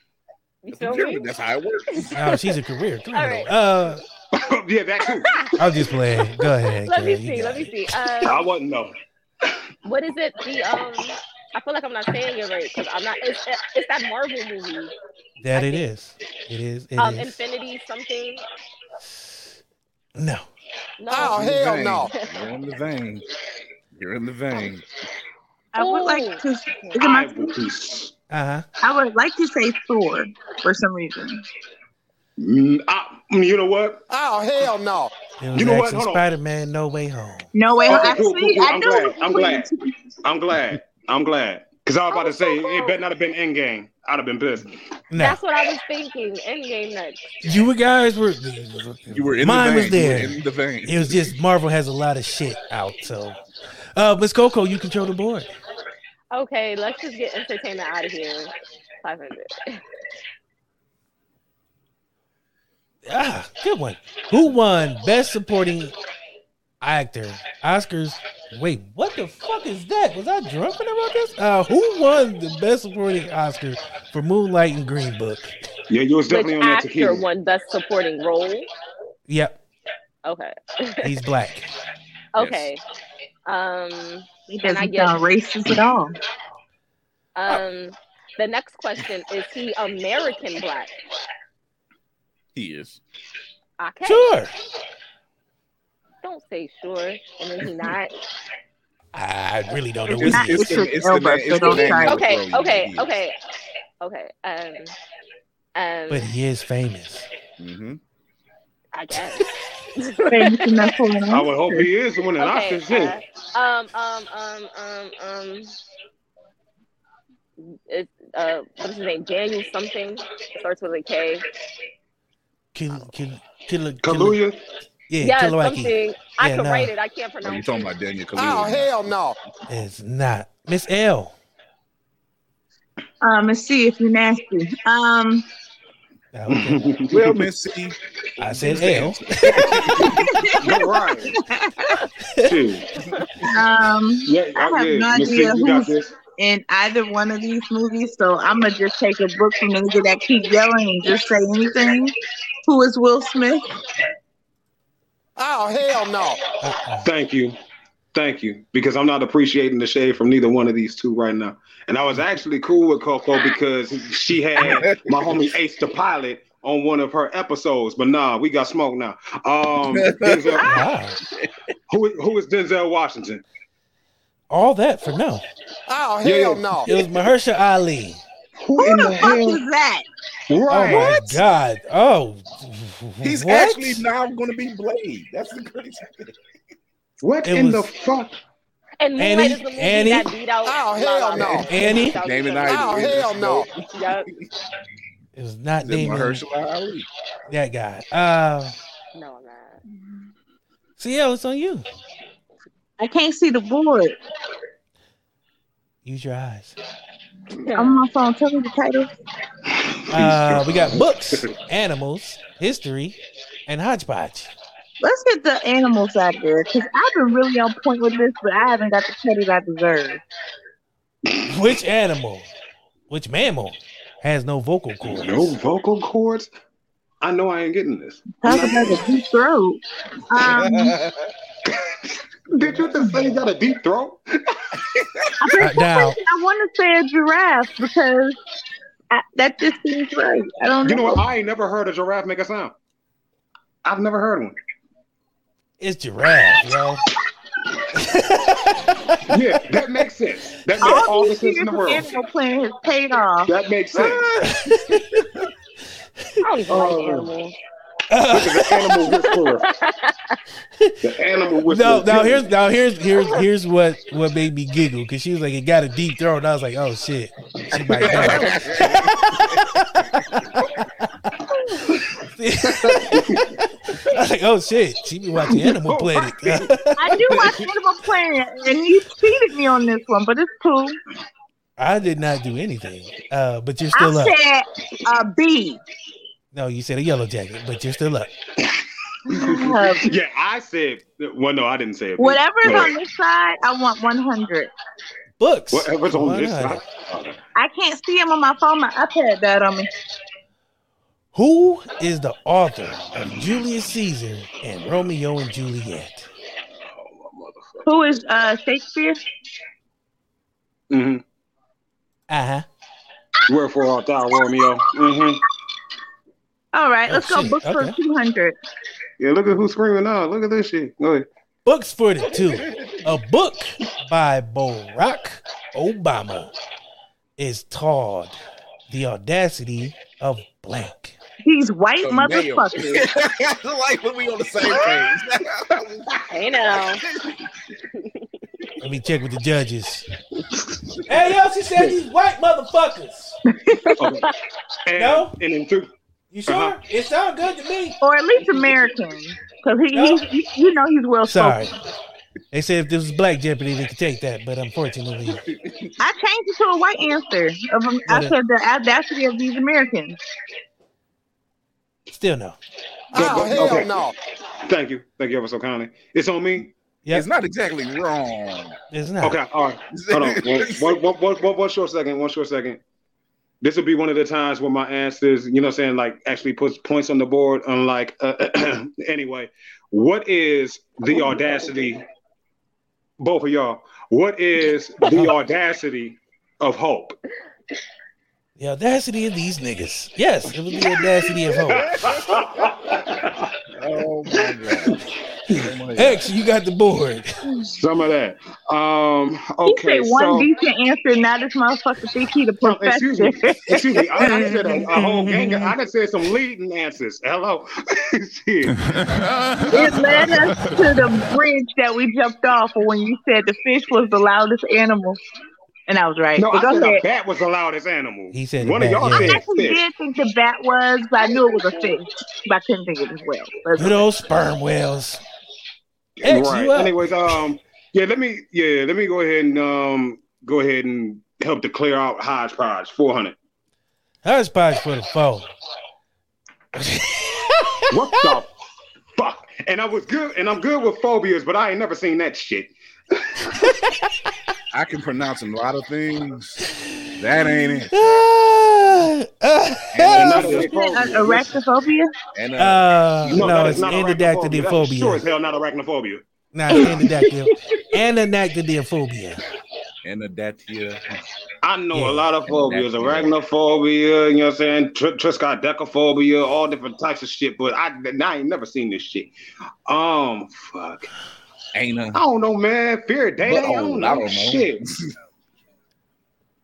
I: you feel me?
E: That's how it works.
A: Oh, she's a career criminal.
I: right.
A: Uh,
F: yeah, that too.
A: I'm just playing. Go ahead.
I: Let me
A: girl, you
I: see.
A: got
I: Let me
A: it.
I: see. Uh,
F: I wasn't though.
I: what is it? The um, I feel like I'm not saying it right because I'm not. It's, it's that Marvel movie.
A: That
I: I
A: it
I: think-
A: is. It is. It
I: Um,
A: is.
I: Infinity something.
A: no.
I: No.
K: Oh, hell no.
E: You're in the vein. You're in the vein.
H: I would
I: Ooh.
H: like to. Is it
F: I
H: my
F: will be s-
A: Uh huh.
H: I would like to say Thor for some reason.
F: Mm, I- mm, you know what?
K: Oh, hell no.
A: It was
F: You know what?
A: actually
F: Hold on.
A: Spider Man No Way Home.
H: No way.
F: Okay,
H: I
F: cool, cool,
H: see.
F: cool.
H: I
F: I'm
H: knew it was
F: glad, I'm glad. I'm glad. I'm glad. Cause I was about to say it better not have been in game. I'd have been pissed.
A: Now,
I: That's what I was thinking. Endgame next.
A: you guys were.
E: You were in
A: Mine
E: the
A: was
E: vein. You
A: there.
E: were in the vein.
A: It was just Marvel has a lot of shit out. So, uh, Miss Coco, you control the board.
I: Okay, let's just get entertainment out of here. Five hundred.
A: Ah, good one. Who won Best Supporting Actor Oscars? Wait, what the fuck is that? Was I drunk when I wrote this? Uh, who won the Best Supporting Oscar for Moonlight and Green Book?
F: Yeah, you was definitely
I: Which
F: on that
I: actor
F: tequila.
I: won Best Supporting Role?
A: Yep,
I: Okay.
A: he's black.
I: Okay. Um.
H: He
I: And I
H: doesn't
I: guess-
H: sound racist at all.
I: Um. The next question is he American black?
E: He is.
I: Okay.
A: Sure.
I: Don't say sure and then he not.
A: I really don't know
E: It's,
A: what
H: not-
A: he is.
E: it's, the-
H: Idris
E: it's the
H: Elba,
E: name- it's
H: so
E: the
H: don't
E: name
H: try.
E: that would
I: Okay.
E: throw you.
I: Okay.
E: He is.
I: Okay. Okay. Um. Um.
A: But he is famous.
E: Mhm.
I: I guess.
H: Famous enough for an
F: I would hope he is the one that I
I: Okay.
F: should see.
I: uh, um. Um. Um. Um. Um. It, uh, what's his name? Daniel something. It starts with a K.
A: Kill, kill, kill,
F: Kaluuya?
A: Yeah,
I: yes,
A: Kilowaki.
I: something. I
A: Yeah,
I: can
A: nah.
I: write it. I can't
E: Are you
I: pronounce.
E: talking about Daniel
K: Oh
E: Kaluuya?
K: hell no.
A: It's not. Miss L.
H: Um, let's see if you're nasty. Um,
A: Now, okay.
E: well, Miss C,
A: I said L.
F: You're right. Shit.
H: um,
F: Yeah,
H: I have
F: yeah.
H: no
F: Miss Six,
H: idea
F: you got
H: who's-
F: this.
H: in either one of these movies, so I'm gonna just take a book from the nigga that keep yelling and just say anything. Who is Will Smith?
K: Oh hell no.
A: Uh-uh.
F: Thank you. Thank you. Because I'm not appreciating the shade from neither one of these two right now. And I was actually cool with Coco because she had my homie Ace the Pilot on one of her episodes. But nah, we got smoke now. Um Denzel,
A: Wow.
F: who, who is Denzel Washington?
A: All that for no.
K: Oh hell
F: Yeah.
K: no.
A: It was Mahershala Ali.
H: Who the, fuck is that?
A: Oh
F: Right.
A: my God. Oh.
E: he's
A: what?
E: actually now going to be Blade. That's the crazy thing.
F: What
A: It
F: in
A: was-
F: the fuck?
I: And Moonlight
A: Annie?
I: is the movie
A: Annie?
I: that beat out.
K: Oh, hell
I: La La
K: no.
I: Land.
A: Annie?
I: That was
E: Damon
I: the-
E: Ivey.
K: Oh hell no.
I: Yup.
A: It was not
E: Is it
A: Damon.
E: Mahershala Ali?
A: That guy. Uh,
I: No, I'm not.
A: CL, it's on you.
H: I can't see the board.
A: Use your eyes.
H: I'm on my phone. Tell me the title.
A: Uh, we got books, animals, history, and hodgepodge.
H: Let's get the animals out there because I've been really on point with this, but I haven't got the credit I deserve.
A: Which animal, which mammal, has no vocal cords?
F: No vocal cords? I know I ain't getting this.
H: Talk about the deep throat. Um,
F: Did you just say you got a deep throat?
H: I, for
A: Uh,
H: some
A: now-
H: reason, I want to say a giraffe because I, that just seems right. I don't
F: You know what? I ain't never heard a giraffe make a sound. I've never heard one.
A: It's giraffe, yo.
F: Yeah, that makes sense. That makes all,
H: All
F: the
H: these
F: sense
H: years
F: in the
H: of
F: world.
H: animal plan has paid off.
F: That makes sense.
I: I don't even
F: Oh.
I: like animals.
F: The animal whisperer. The animal
A: no,
F: whisperer.
A: now here's now here's here's here's what what made me giggle because she was like, "It got a deep throat," and I was like, "Oh shit, she might know." I was like, "Oh shit, she be watching Animal Planet."
H: I do watch Animal Planet, and you cheated me on this one, but it's cool.
A: I did not do anything, uh, but you're still up.
H: I said uh, a bee.
A: No, you said a yellow jacket, but you're still up.
H: Uh,
F: Yeah, I said. Well, no, I didn't say it.
H: Whatever's
F: No.
H: on this side, I want 100.
A: Books.
F: Whatever's on this
A: Why not?
F: side.
H: I can't see him on my phone. My iPad died on me.
A: Who is the author of Julius Caesar and Romeo and Juliet?
H: Who is uh, Shakespeare?
F: hmm
A: Uh huh.
F: Wherefore art thou, Romeo? hmm
H: All right,
A: Oh,
H: let's go
A: shit.
H: book for
A: Okay.
H: 200.
F: Yeah, look at who's screaming now. Look at this shit. Go ahead.
A: Books for the Two, a book by Barack Obama, is called The Audacity of Blank.
H: These white
E: The male.
H: motherfuckers.
E: like when we on the same page.
I: I know.
A: Let me check with the judges. hey, yo, she said these white motherfuckers.
F: And,
A: No?
F: And then two.
A: You sure?
F: Uh-huh.
A: It sounds good to me.
H: Or at least American. Because he,
A: No.
H: he, he- you know he's well
A: Sorry.
H: spoken.
A: They said if this was Black Jeopardy, they could take that, but unfortunately,
H: I changed it to a white answer. Of, I
A: What a-
H: said the audacity of these Americans.
A: still no.
K: Oh hell
F: Okay.
K: no.
F: Thank you. Thank you ever so kindly. It's on me.
A: Yep.
E: It's not exactly wrong.
A: It's not.
F: Okay. All right. Hold on. One, one, one, one, one short second. One short second. This will be one of the times when my answers, you know what I'm saying, like actually puts points on the board. Unlike, uh, anyway, what is the audacity, both of y'all, what is the audacity of hope?
A: The audacity of these niggas. Yes, it was the audacity of hope.
E: Oh my god. Oh, my
A: X, you got the board.
F: Some of that. Um,
H: He
F: okay.
H: said one
F: so,
H: decent answer, now this motherfucker think he the
F: No, excuse me.
H: professor.
F: Excuse me. I, I said a, a whole gang. Of, I done said some leading answers. Hello. Shit.
H: it led us to the bridge that we jumped off of when you said the fish was the loudest animal. and I was right.
F: No,
H: But
F: I
H: go
F: said a
H: ahead.
F: bat was the loudest animal.
A: He said
F: one of
A: bat,
F: y'all
A: yeah.
H: I
F: said
H: actually
F: fish.
H: did think the bat was, but I knew it was a fish, but I couldn't think it was whale. But
A: Good old sperm whales. X,
F: right.
A: you up?
F: Anyways, um, yeah, let me yeah, let me go ahead and um go ahead and help to clear out hodgepodge four hundred.
A: Hodgepodge for the phone.
F: What the fuck? And I was good, and I'm good with phobias, but I ain't never seen that shit.
E: I can pronounce a lot of things. That ain't it.
A: Uh, Oh,
F: And
H: Isn't it arachnophobia?
E: And uh,
A: Uh, no,
F: that is
A: it's
F: not arachnophobia. That's Sure as
A: endodactylophobia.
F: hell, not arachnophobia.
A: Nah, it's endodactyl.
E: and that here.
F: I know
A: Yeah.
F: a lot of phobias,
E: That's-
F: arachnophobia, you know what I'm saying, Tr- triskaidekaphobia, all different types of shit. But I, I ain't never seen this shit. Um, fuck.
E: Ain't a
F: I don't know, man. Fear of day. I
E: Butthole,
A: oh,
F: don't
E: I
F: know.
E: don't know.
F: Shit.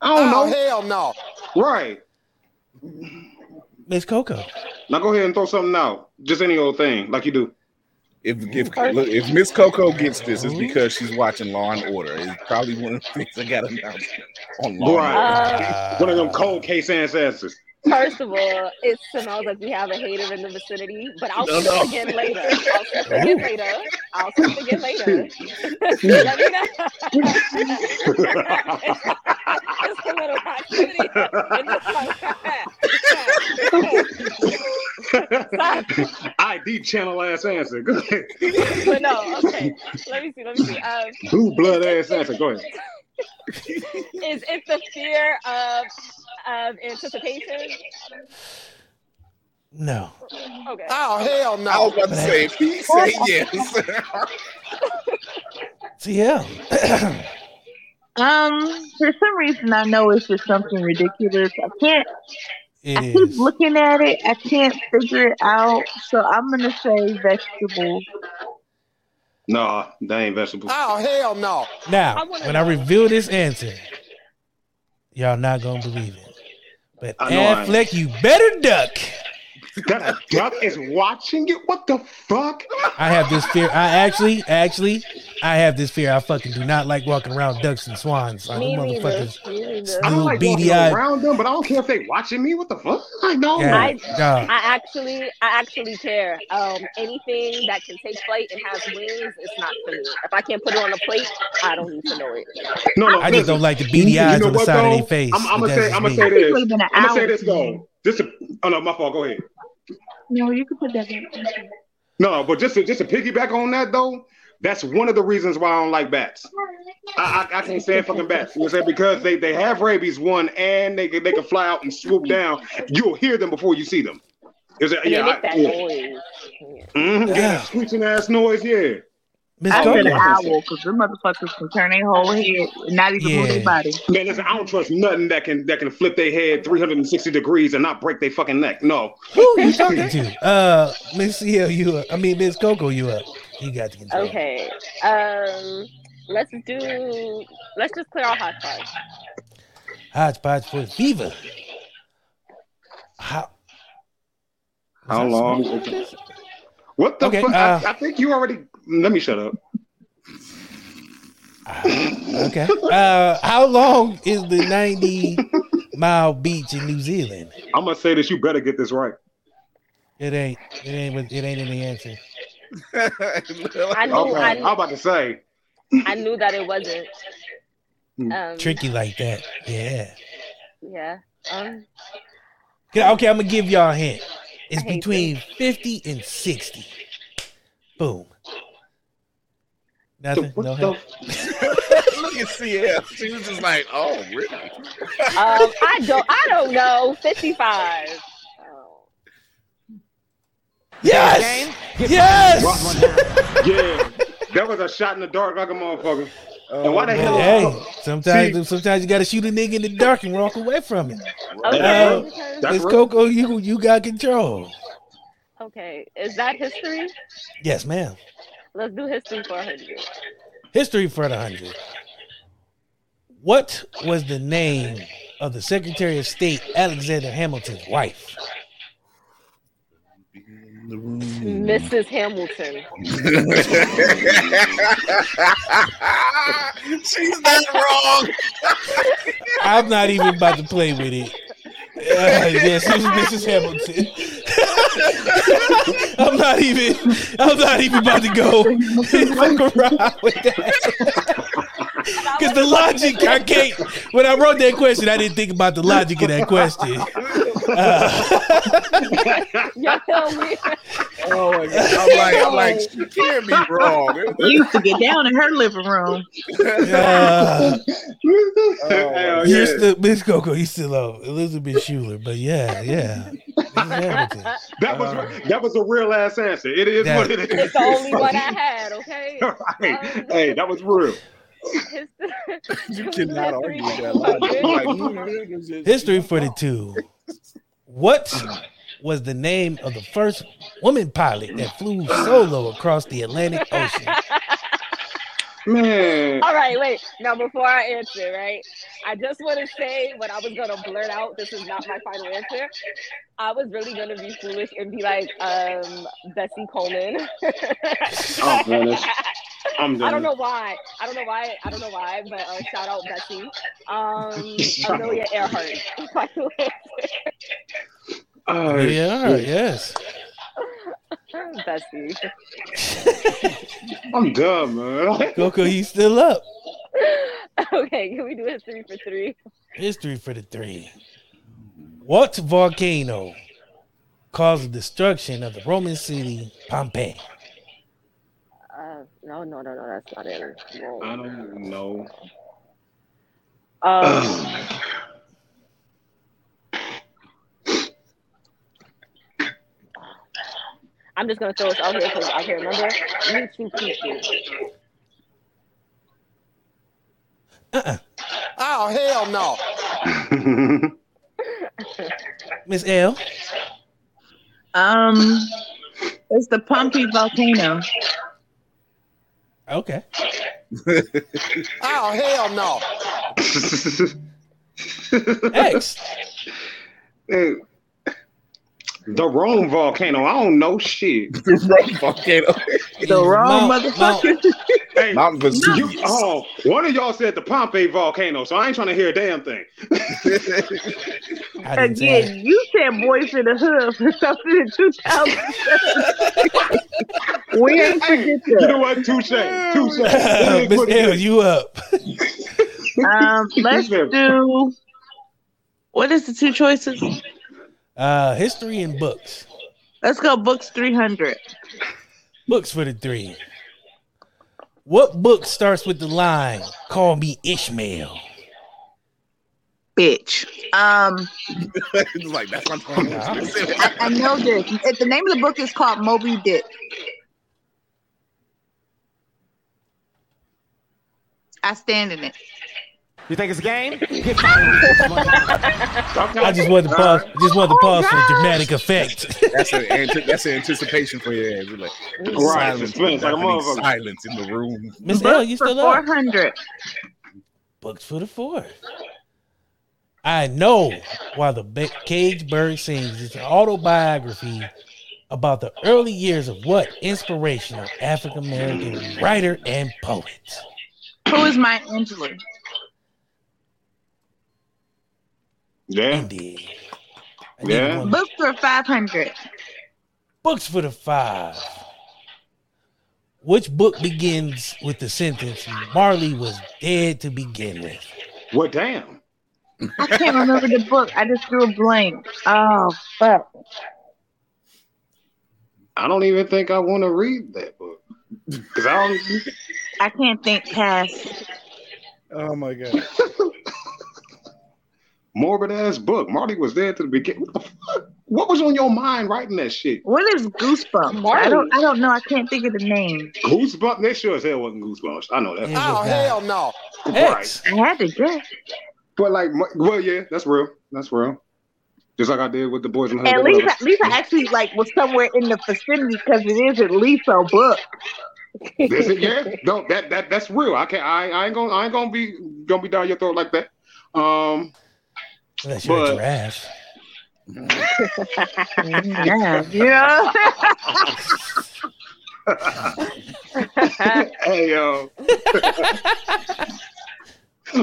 F: I don't
K: Oh,
F: know.
K: hell no.
F: Right.
A: Miss Coco.
F: Now go ahead and throw something out. Just any old thing, like you do.
E: If if look, if Miss Coco gets this, it's because she's watching Law and Order. It's probably one of the things I got announced on Law.
F: Right.
E: And Order.
I: Um,
F: One
A: Uh,
F: of them cold case ancestors.
I: first of all, it smells like we have a hater in the vicinity, but I'll
E: No,
I: slip
E: no.
I: again later. I'll slip again later. I'll slip again later. Let me know. just a little proximity. It's just like-
F: ID channel ass answer. Go ahead.
I: but no, okay. Let me see. Let me see. Um,
F: Blue blood ass answer. Go ahead.
I: is it the fear of of anticipation?
A: No.
I: Okay.
K: Oh, hell
E: I was
K: no.
E: about to say, if he said yes,
A: CL.
H: Um, for some reason, I know it's just something ridiculous. I can't. I
A: It
H: keep
A: is.
H: looking at it. I can't figure it out. So I'm gonna say vegetable.
F: Nah, that ain't vegetable.
K: Oh, hell no.
A: Now,
I: I wanna
A: when I
I: know.
A: reveal this answer, y'all not gonna believe it. But
F: I know I ain't.
A: Affleck, you better duck.
F: That a duck is watching it. What the fuck?
A: I have this fear. I actually, actually, I have this fear. I fucking do not like walking around ducks and swans. Like,
I: Me
A: them
I: neither.
A: motherfuckers.
I: Me neither.
F: I don't like walking
A: BDI.
F: around them, but I don't care if they watching me. What the fuck? I know.
A: Yeah,
I: I-
A: dog.
I: I actually, I actually care. Um, anything that can take flight and has wings is not for me. If I can't put it on a plate, I don't need to know it.
F: No, no.
A: I just don't
F: listen.
A: like the beady eyes on the
F: what,
A: side of
F: though?
A: their face.
F: I'm, I'm
A: but
F: gonna
A: that's
F: say.
A: just
F: I'm gonna
A: me.
F: say
H: It
F: this.
H: would've been an
F: I'm gonna say
H: hour
F: this
H: to me.
F: though. Just a, oh no, my fault. Go ahead.
H: No, you can put that back.
F: No, but just to, just to piggyback on that though, that's one of the reasons why I don't like bats. I, I, I can't stand fucking bats. You know what I'm saying? Because they, they have rabies one, and they can they can fly out and swoop down. You'll hear them before you see them. You know what I'm
I: And
F: saying?
I: they make that
F: Uh, yeah, I- yeah.
I: noise.
F: Mhm, yeah,
A: Yeah.
F: that screeching ass noise. Yeah,
A: Miss
H: I said an
A: Coco.
H: owl because them motherfuckers can turn their whole head and not even move
A: Yeah.
H: their body.
F: man, listen, I don't trust nothing that can that can flip their head 360 degrees and not break their fucking neck. No,
A: Who you talking to? Uh, Miss CL, you up? I mean, Miss Coco, you up? You got the control.
I: Okay. Um, let's do. Let's just clear our hot cards.
A: Hodgepodge for the fever. How?
F: how long? What the
A: Okay,
F: fuck?
A: uh,
F: I, I think you already. Let me shut up.
A: Okay. Uh, how long is the ninety mile beach in New Zealand?
F: I'm gonna say this. You better get this right.
A: It ain't. It ain't. what- It ain't in the answer.
I: I knew.
F: Okay,
I: I,
F: I'm about to say.
I: I knew that it wasn't.
F: Hmm.
I: Um,
A: Tricky like that. Yeah.
I: Yeah. Um,
A: Okay, okay, I'm gonna give y'all a hint. It's
I: I hate
A: between fifty and sixty. Boom. Nothing.
F: What
A: no
F: the
A: hint.
E: look at CL. She was just like, oh, really?
I: um, I don't. I don't know. Fifty-five. Oh.
A: Yes. Yes.
F: Yeah, that was a shot in the dark like a motherfucker.
E: Oh,
F: And why the hell?
A: Hey, sometimes
F: See-
A: sometimes you gotta shoot a nigga in the dark and walk away from it.
I: Okay.
F: That's
A: Miss
F: real.
A: Coco, you you got control.
I: Okay. Is that history?
A: Yes, ma'am.
I: Let's do history for a hundred.
A: History for the hundred. What was the name of the Secretary of State Alexander Hamilton's wife?
F: Hmm.
E: in the room.
I: Mrs. Hamilton.
E: She's not wrong.
A: I'm not even about to play with it. Uh, yes, it was Mrs. Hamilton. I'm not even. I'm not even about to go fuck around with that. Because the logic, I can't. When I wrote that question, I didn't think about the logic of that question. Uh,
I: Y'all feel me?
E: Oh my god! I'm like, I'm like, she can't be wrong.
H: You used to get down in her living room.
A: Uh,
F: Hell yeah.
A: you're still, Miss Coco, you still on Elizabeth Shuler, but yeah, yeah, Mrs. Hamilton.
F: That was that was a real ass answer. It is
A: That-
F: what it is.
I: It's the only one I had, okay?
F: Right. Hey, that was real.
E: You cannot argue with that logic. Like, mm,
A: History 42. What was the name of the first woman pilot that flew solo across the Atlantic Ocean?
F: Man.
I: All right, wait. Now, before I answer, right, I just want to say what I was going to blurt out. This is not my final answer. I was really going to be foolish and be like, um, Bessie Coleman.
F: I'm finished. Oh, I'm
I: I don't
F: done.
I: know why. I don't know why. I don't know why, but uh, shout out Bessie. Um, Amelia Earhart. Final answer.
F: Oh,
A: Yeah,
F: shit.
A: yes.
I: Bessie.
F: I'm done, man.
A: Coco, he's still up.
I: Okay, can we do a three for three?
A: History for the three. What volcano caused the destruction of the Roman city Pompeii?
I: Uh, no, no, no, no, that's not it. No.
F: I don't know.
I: Um, I'm just gonna throw this out here because I can't remember. Me too, people.
K: Oh hell no.
A: Miss L.
H: Um, it's the Pompey volcano.
A: Okay.
K: Oh hell no.
A: X.
F: Hey, the Rome volcano. I don't know shit.
E: Rock volcano.
A: is
H: The wrong
A: Mount-
H: motherfucker.
F: Hey,
E: Mount
F: you,
E: Vesuvius.
F: oh, one of y'all said the Pompeii volcano, so I ain't trying to hear a damn thing.
A: Mount- I didn't say
H: Again, you said boys in the hood for something in 2007. we ain't forget
F: You know
H: that.
F: what? Touche. Touche.
A: that. Miss L, you up?
H: Um, let's do. What is the two choices?
A: Uh, history and books.
H: Let's go books 300.
A: Books for the three. What book starts with the line "Call me Ishmael"?
H: Bitch. Um,
E: it's like that's my point.
H: I, I know this. If the name of the book is called Moby Dick. I stand in it.
J: You think it's a game? Get fired on this one time.
A: I just wanted to pause. Just wanted to pause for dramatic effect.
E: That's an anti- that's an anticipation for your ass. You're like,
F: Right,
E: silence,
F: suspense, like a
E: deafening
F: motherfucker.
E: silence in the room.
A: Miss L,
H: Books
A: you
H: for
A: still up?
H: 400.
A: Books for the four. I know why the Ba- cage bird sings. It's an autobiography about the early years of what inspirational African American writer and poet.
H: Who is my Angelou?
F: Yeah.
A: Indeed. I need
F: Yeah.
A: one
H: Books for 500.
A: Books for the five. Which book begins with the sentence Marley was dead to begin with?
F: Well, damn.
H: I can't remember the book. I just drew a blank. Oh, fuck.
F: I don't even think I want to read that book. Because I don't.
H: I can't think past.
E: Oh my god.
F: Morbid ass book. Marty was there to the beginning. What the fuck? What was on your mind writing that shit?
H: What is Goosebumps? I don't. I don't know. I can't think of the name.
F: Goosebumps? That sure as hell wasn't Goosebumps. I know that.
A: It
K: Oh
A: was
K: hell
A: not.
K: no.
A: X.
H: I had to guess.
F: But like, my- well, yeah, that's real. That's real. Just like I did with the boys in the
H: At
F: Hood.
H: least, at least I actually like was somewhere in the vicinity because it is at least a book.
F: This is- yeah, no, that that that's real. I can't. I, I ain't gonna. I ain't gonna be gonna be down your throat like that. Um,
A: Unless you're
F: But-
A: a giraffe.
H: yeah. yeah.
F: hey yo.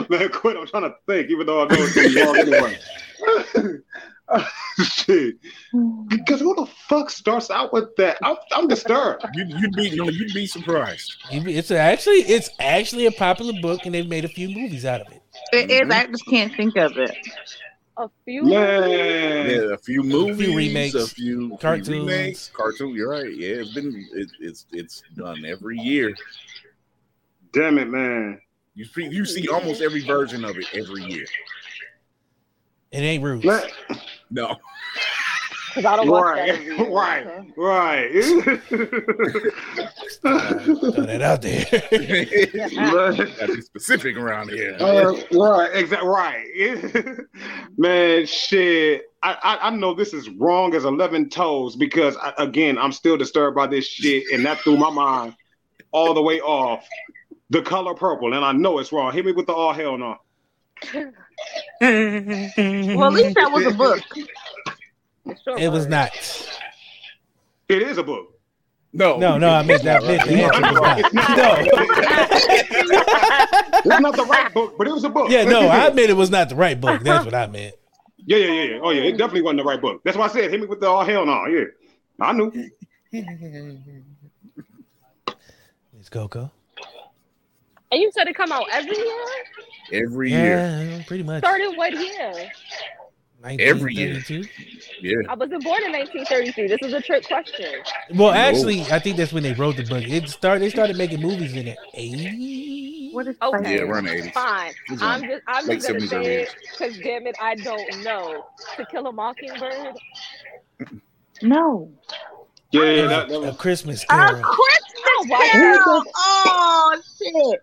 F: Man, quit. I'm trying to think, even though I know it's gonna be wrong anyway. Shit. Because who the fuck starts out with that? I'm, I'm disturbed.
E: You, you'd be no, you'd be surprised.
A: It's actually it's actually a popular book, and they've made a few movies out of it.
H: It is. I just can't think of it.
I: A few.
F: Man.
E: Yeah, a few movies,
A: remakes,
E: a few few
A: cartoons.
E: remakes, cartoon. You're right. Yeah, it's been it, it's it's done every year.
F: Damn it, man.
E: You see, you see almost every version of it every year.
A: It ain't Roots.
F: Man.
E: No,
I: Because I don't watch that.
F: Right,
I: anymore.
F: right, right.
A: Throw that out there.
E: gotta be specific around here.
F: Uh, right, exactly. Right, man. Shit, I, I I know this is wrong as eleven toes because I, again I'm still disturbed by this shit, and that threw my mind all the way off the color purple, and I know it's wrong. Hit me with the all hell no.
H: Well, at least that was a book.
I: It's short
A: It was
I: words.
A: not.
F: It is a book.
E: No,
A: No, no, I meant that. I meant the answer was not. No,
F: It's not the right book, but it was a book.
A: yeah, no, I meant it was not the right book. That's what I meant.
F: yeah, yeah, yeah, yeah. Oh yeah, it definitely wasn't the right book. That's why I said hit me with the all hell no. Yeah, I knew.
A: It's Coco.
I: And you said it come out every year.
E: every year.
A: Yeah, pretty much.
I: Started what year?
E: Every year.
A: 1932.
E: Yeah,
I: I wasn't born in 1933. This is a trick question.
A: Well, actually, I think that's when they wrote the book. It started. They started making movies in the 80s.
H: What is
I: Okay.
E: yeah, around the eighties.
I: Fine.
E: Who's
I: I'm
E: on?
I: just I'm
E: Late
I: just gonna
E: 70s,
I: say
E: early
I: it because damn it, I don't know. To Kill a Mockingbird.
H: No.
F: Yeah, yeah, that, that
A: a
F: was.
A: Christmas
H: A
A: Carol.
H: Christmas
I: Why-
H: Carol. Oh shit!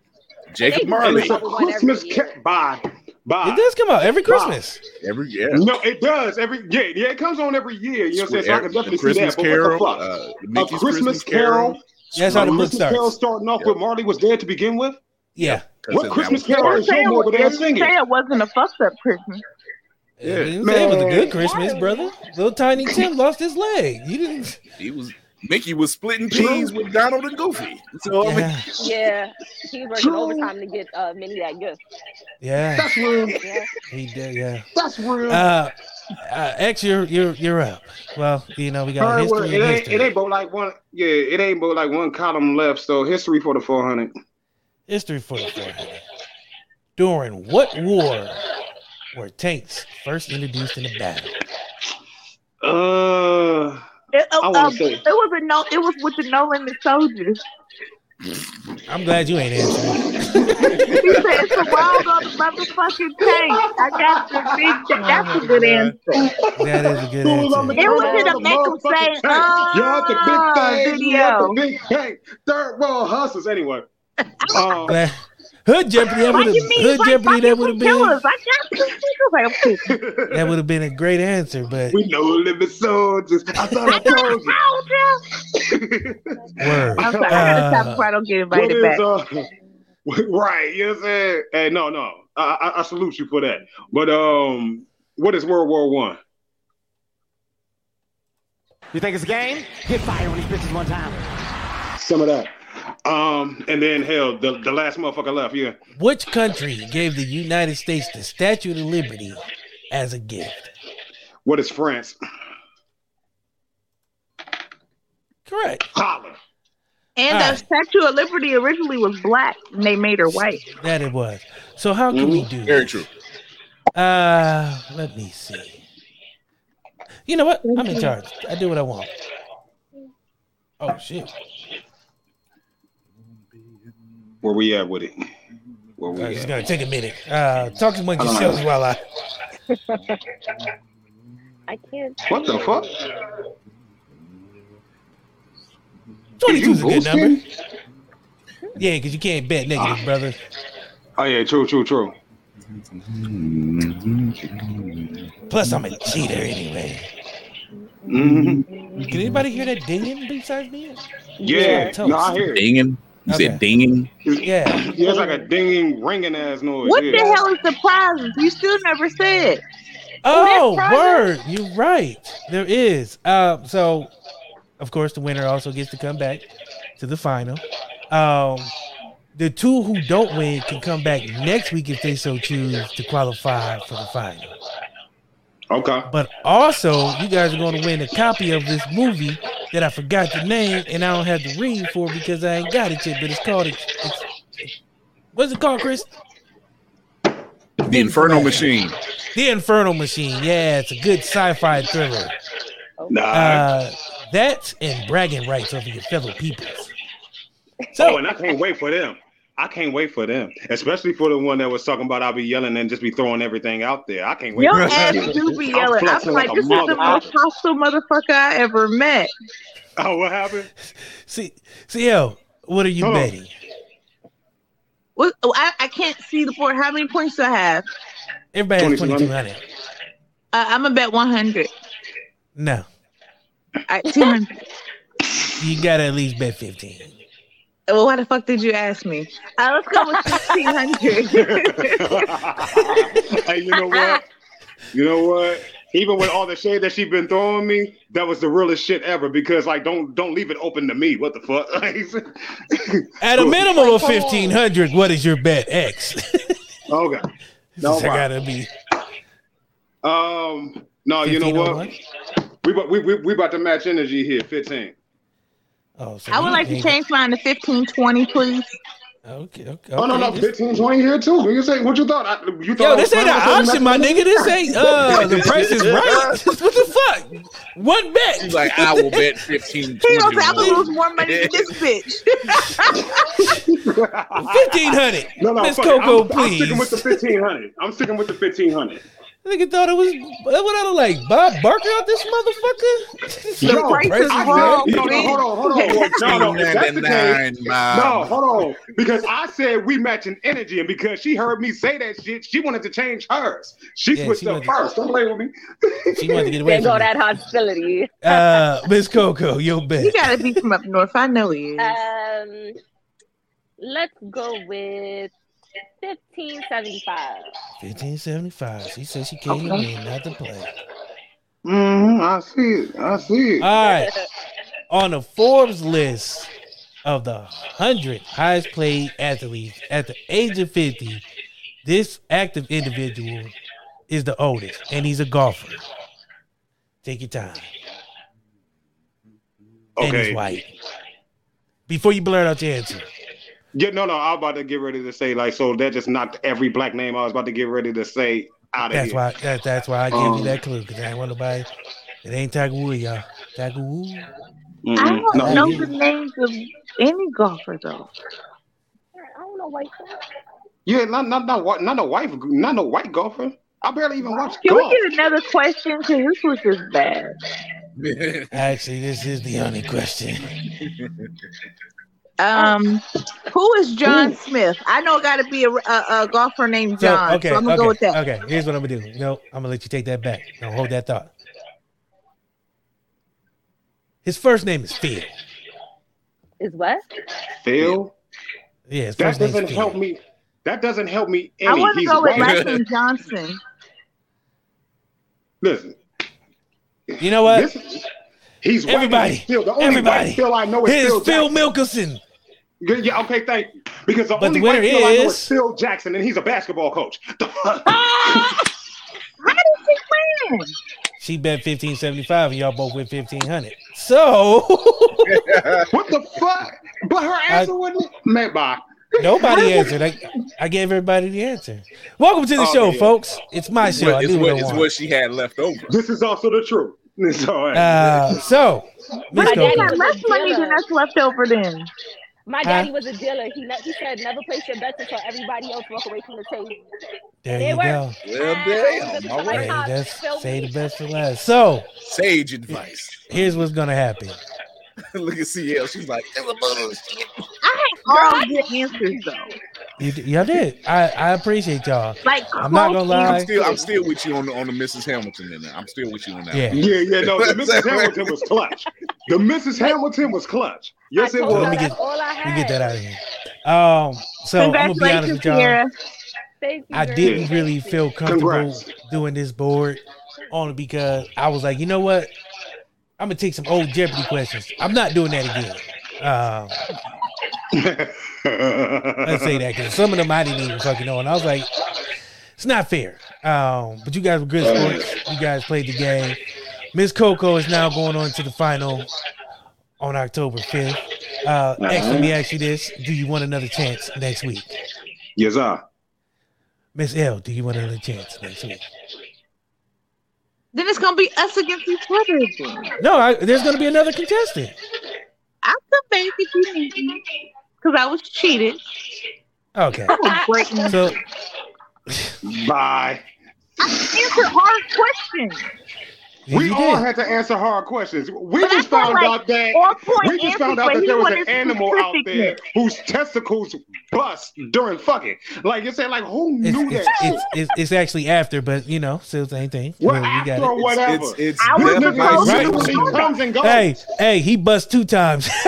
E: Jacob
I: They-
F: And
E: Marley.
F: it's a
I: One every
F: Christmas
I: year.
F: ca- bye, bye.
A: It does come out every Christmas.
E: Every yeah.
F: No, it does every yeah, yeah. It comes on every year. You know what I'm saying? So I can
E: The
F: definitely see
E: Christmas
F: that. But
E: Carol,
F: what the fuck?
E: uh, Mickey's
F: a Christmas Carol.
A: That's how the
F: a
A: book
F: Christmas Carol
A: starts.
F: starting off with Marley was there to begin with.
A: Yeah.
F: What Christmas Carol is you over there
H: Didn't say
F: singing?
H: it wasn't a fucked up Christmas.
A: Yeah.
E: Yeah.
A: It was a good
F: Man.
A: Christmas, brother. Little Tiny Tim lost his leg. You didn't.
E: He was Mickey was splitting peas with Donald and Goofy. So
F: Oh,
E: I mean,
A: Yeah.
I: Yeah, he's working overtime to get uh, Minnie that gift.
A: Yeah.
F: That's real.
I: Yeah.
A: He did. Yeah.
F: That's real.
A: Uh, uh, X, you're you're you're up. Well, you know we got
F: Alright, well,
A: history
F: it
A: and
F: ain't it
A: history.
F: ain't but like one yeah, it ain't but like one column left. So history for the four hundred.
A: History for the 400. During what war were tanks first introduced in the battle?
F: Uh,
H: It, uh,
F: I wanna
H: uh,
F: say-
H: it was a no. It was with the No Limit Soldiers.
A: I'm glad you ain't answering.
H: He said it's a wild on the motherfucking tank. I got the big. Th- that's a
A: Oh,
H: good answer.
A: That is a good
F: who was on the
A: answer.
H: It was
F: cover
H: in a
F: of the
H: make 'em
F: motherfucking
H: say,
F: tank? You had the big
H: "Ah,"
F: thing, you had the
H: video.
F: big thing. Third world hustlers, anyway. Um,
A: Glad. Hood Jeopardy. That
H: Why
A: would
H: you
A: have.
H: mean?
A: Hood
H: Why
A: Jeopardy. That
H: fucking
A: would have
H: some
A: been.
H: killers? I got two niggas. Like, I'm pissed.
A: That would have been a great answer, but
F: we know living soldiers. I thought I told you.
A: word.
H: I'm sorry. I gotta stop
A: Uh,
H: before I don't get
F: What
H: invited
F: is
H: back.
F: uh, right? You know what I'm saying? Hey, no, no. I, I, I salute you for that. But um, what is World War One?
J: You think it's a game? Get fire on these bitches one time.
F: Some of that. Um, and then hell, the, the last motherfucker left. Yeah,
A: Which country gave the United States the Statue of Liberty as a gift?
F: what is France?
A: Correct.
F: Holler.
H: And
A: All
H: the
A: right.
H: Statue of Liberty originally was black, and they made her white.
A: That it was. So how
F: Mm.
A: can we do?
E: very true.
A: Uh, let me see. You know what? I'm in charge. I do what I want. Oh shit!
F: Where we at with it? Where we
A: Uh, It's
F: at?
A: gonna take a minute. Uh, talk among
F: Hold on.
A: yourselves while I.
I: I can't.
F: What the fuck?
A: Twenty-two is a good
F: boosting?
A: number. Yeah, because you can't bet
F: Ah.
A: negative, brother.
F: Oh yeah, true, true, true.
A: Plus, I'm a cheater anyway.
F: Mhm.
A: Can anybody hear that dinging besides me?
F: Yeah,
A: Yeah.
F: no, I hear it.
E: Dinging. You
A: Okay.
E: said dinging.
A: Yeah.
F: Yeah, it's like a dinging, ringing ass noise.
H: What
F: Oh, yeah.
H: the hell is the prizes? You still never said.
A: Oh,
I: Miss
A: word.
I: Pryor?
A: You're right. There is. Um, so, of course, the winner also gets to come back to the final. Um, the two who don't win can come back next week if they so choose to qualify for the final.
F: Okay.
A: But also, you guys are going to win a copy of this movie that I forgot the name and I don't have to read for because I ain't got it yet. But it's called. It's, it's- what's it called, Chris?
E: The Inferno Machine.
A: The Infernal Machine. Yeah, it's a good sci-fi thriller.
F: Nah.
A: Uh, that and bragging rights over your fellow peoples.
F: oh, and I can't wait for them. I can't wait for them, especially for the one that was talking about I'll be yelling and just be throwing everything out there. I can't wait.
H: Your
F: for them.
H: ass do be yelling. I'm
F: flexing
H: like,
F: a
H: this is the most
F: motherfucker.
H: hostile motherfucker I ever met.
F: Oh, what happened?
A: See, CL, what are you
F: Hold on.
A: betting?
H: What? oh, I, I can't see the board. How many points do I have?
A: Everybody has
F: 2200.
A: 2200.
H: Uh, I'm gonna bet 100.
A: No,
H: I, 200.
A: you gotta at least bet 15.
H: well, why the fuck did you ask me? Uh, let's go with 1500.
F: hey, you know what? You know what? Even with all the shade that she been throwing me, that was the realest shit ever. Because like, don't don't leave it open to me. What the fuck?
A: At a minimum of 1500, what is your bet, X?
F: okay. No
A: No, I
F: problem.
A: gotta be.
F: Um. No, you know what? We, bu- we we we about to match energy here. Fifteen.
A: Oh, so
H: I would
A: you
H: like to
A: ain't-
H: change mine to 1520, please.
A: Okay, okay.
F: Oh no,
A: okay,
F: no,
A: this-
F: fifteen twenty here too. What you say? What you thought? I, you thought I
A: Yo,
F: was
A: this ain't an
F: playing with something
A: option, my
F: that's-
A: nigga. This ain't uh the price is right. what the fuck? One bet.
E: She's like, I will bet 15
H: He gonna say, I'm gonna
E: 21.
H: lose more money than this bitch.
A: Fifteen hundred.
F: No, no,
A: Miss
F: fuck it.
A: Coco,
F: I'm, I'm
A: please.
F: sticking with the fifteen hundred. I'm sticking with the fifteen hundred.
A: Nigga thought it was what I look like Bob Barker out this motherfucker.
H: The price is
A: I-
H: wrong,
F: No, no, hold on, hold on. No, no, if that's the case,
E: 14.99,
F: no,
E: Mom.
F: hold on. Because I said we matching energy, and because she heard me say that shit, she wanted to change hers. She
A: Yeah,
F: switched
A: she
F: up
A: wanted-
F: first. Don't play with me.
A: She wanted to get away
I: There go
A: from
I: that
A: me.
I: hostility.
A: Uh, Miss Coco, your bet.
H: He gotta be from up north. I know he is.
A: Mm-hmm.
I: Um, let's go with fifteen seventy five.
A: Fifteen seventy five. She said she came in here not to play.
F: Mm-hmm, I see it. I see it.
A: All right. On the Forbes list of the 100 highest paid athletes at the age of 50, this active individual is the oldest, and he's a golfer. Take your time. And he's
F: okay.
A: white. Before you blurt out your answer,
F: Yeah, no, no. I'm about to get ready to say like so. That just knocked every black name I was about to get ready to say out of
A: that's
F: here.
A: why that, that's why I gave you
F: Um,
A: that clue because I ain't want nobody. It ain't Tiger Woods, y'all. Tiger Woods.
F: Mm-mm.
H: I don't
F: No.
H: know the names of any golfer though.
I: I don't know why.
F: Yeah, not not not wa- not a wife, not no white golfer. I barely even watch
H: Can
F: golf.
H: we get another question? Cause this was just bad.
A: Actually, this is the only question.
H: Um, who is John Smith? I know it gotta be a, a, a golfer named
A: So,
H: John. So,
A: okay,
H: I'm gonna
A: okay,
H: go with that.
A: okay. Here's what I'm gonna do. No, I'm gonna let you take that back. No, hold that thought. His first name is Phil.
I: Is what?
F: Phil,
A: Yeah, his
F: that
A: first name
F: doesn't
A: is Phil.
F: help me. That doesn't help me
H: I
F: any.
H: want to
F: He's
H: go with
F: white.
H: Langston Johnson.
F: Listen,
A: You know what?
F: this is, he's white.
A: Everybody,
F: Phil, the only
A: everybody.
F: white Phil I know is
A: Here's
F: Phil.
A: Phil
F: Jackson.
A: Milkerson.
F: Yeah, yeah, okay, thank you. Because the
A: But
F: only
A: the
F: white
A: winner
F: Phil I know
A: is-
F: is Phil Jackson, and he's a basketball coach.
H: How did he win?
A: She bet fifteen seventy five, and y'all both win fifteen hundred. So
F: what the fuck? But her answer wasn't man. Bye.
A: nobody answered. I, I gave everybody the answer. Welcome to the
F: Oh,
A: show,
F: yeah.
A: folks. It's my show. I
E: What- It's
A: do what,
E: what-
A: I
E: it's
A: want.
E: what she had left over.
F: This is also the truth. So, hey,
A: uh, so, Miss
I: My
A: Coco.
I: daddy
H: Got less money than that's left over then.
I: My daddy was a dealer. He ne- he said never place your bets until everybody else walk away from the table.
A: There
I: It
A: you go.
I: worked.
E: Well,
I: Ah,
E: damn.
I: this
E: All
I: is
A: Hey,
E: right.
I: my
A: that's
I: Phil
A: say the best for last. So
E: Sage advice.
A: here's what's gonna happen.
E: Look at CL. She's like, it's a bullshit.
H: I had all good answers though.
A: You, y'all did. I, I appreciate y'all.
H: Like
A: I'm not gonna
H: close
A: lie.
E: I'm still, I'm still with you on the on the Mrs. Hamilton. And I'm still with you on that.
A: Yeah.
F: yeah, yeah, no, the Mrs. Hamilton was clutch. The Mrs. Hamilton was clutch. Yes,
I: I
F: it
I: told
A: Let
I: her
A: me
F: was.
A: get-
I: that's all I
A: We
I: had.
A: get that out of here. Um, so I'm gonna be honest
H: Congratulations,
A: with y'all.
H: Sierra.
I: Thank you
A: I
I: very
A: didn't
I: much.
A: really feel comfortable
F: Congrats.
A: doing this board only because I was like, you know what? I'm gonna take some old Jeopardy questions. I'm not doing that again. Um, I say that because some of them I didn't even fucking know, and I was like, it's not fair. Um, but you guys were good sports. You guys played the game. Miss Coco is now going on to the final on October fifth. Uh, X, let
F: Uh-huh.
A: me ask you this: Do you want another chance next week,
F: Yes, sir.
A: Miss L? Do you want another chance next week?
H: Then it's gonna be us against each other again.
A: No, I, there's going to be another contestant.
H: I could basically beat you because I was cheated.
A: Okay.
H: I was breaking.
A: So
F: Bye.
H: Answer hard questions.
F: We
A: you
F: all
A: did.
F: had to answer hard questions. We
H: But I
F: just
H: feel
F: found
H: like
F: out that
H: all point
F: we just
H: answers,
F: found out
H: but
F: that
H: he
F: there was an
H: wanted
F: animal out there
H: specifics.
F: whose testicles bust during fucking. Like you said, like who
A: It's,
F: knew
A: it's,
F: that? shit?
A: it's, it's, it's actually after, but you know, still the same thing.
F: We're
A: You know, you
F: after or whatever.
E: It's it's
H: I was
E: death
F: This
E: by
H: supposed
F: nigga
H: to-
E: sequence.
F: right. He comes and goes.
A: Hey, hey, he bust two times.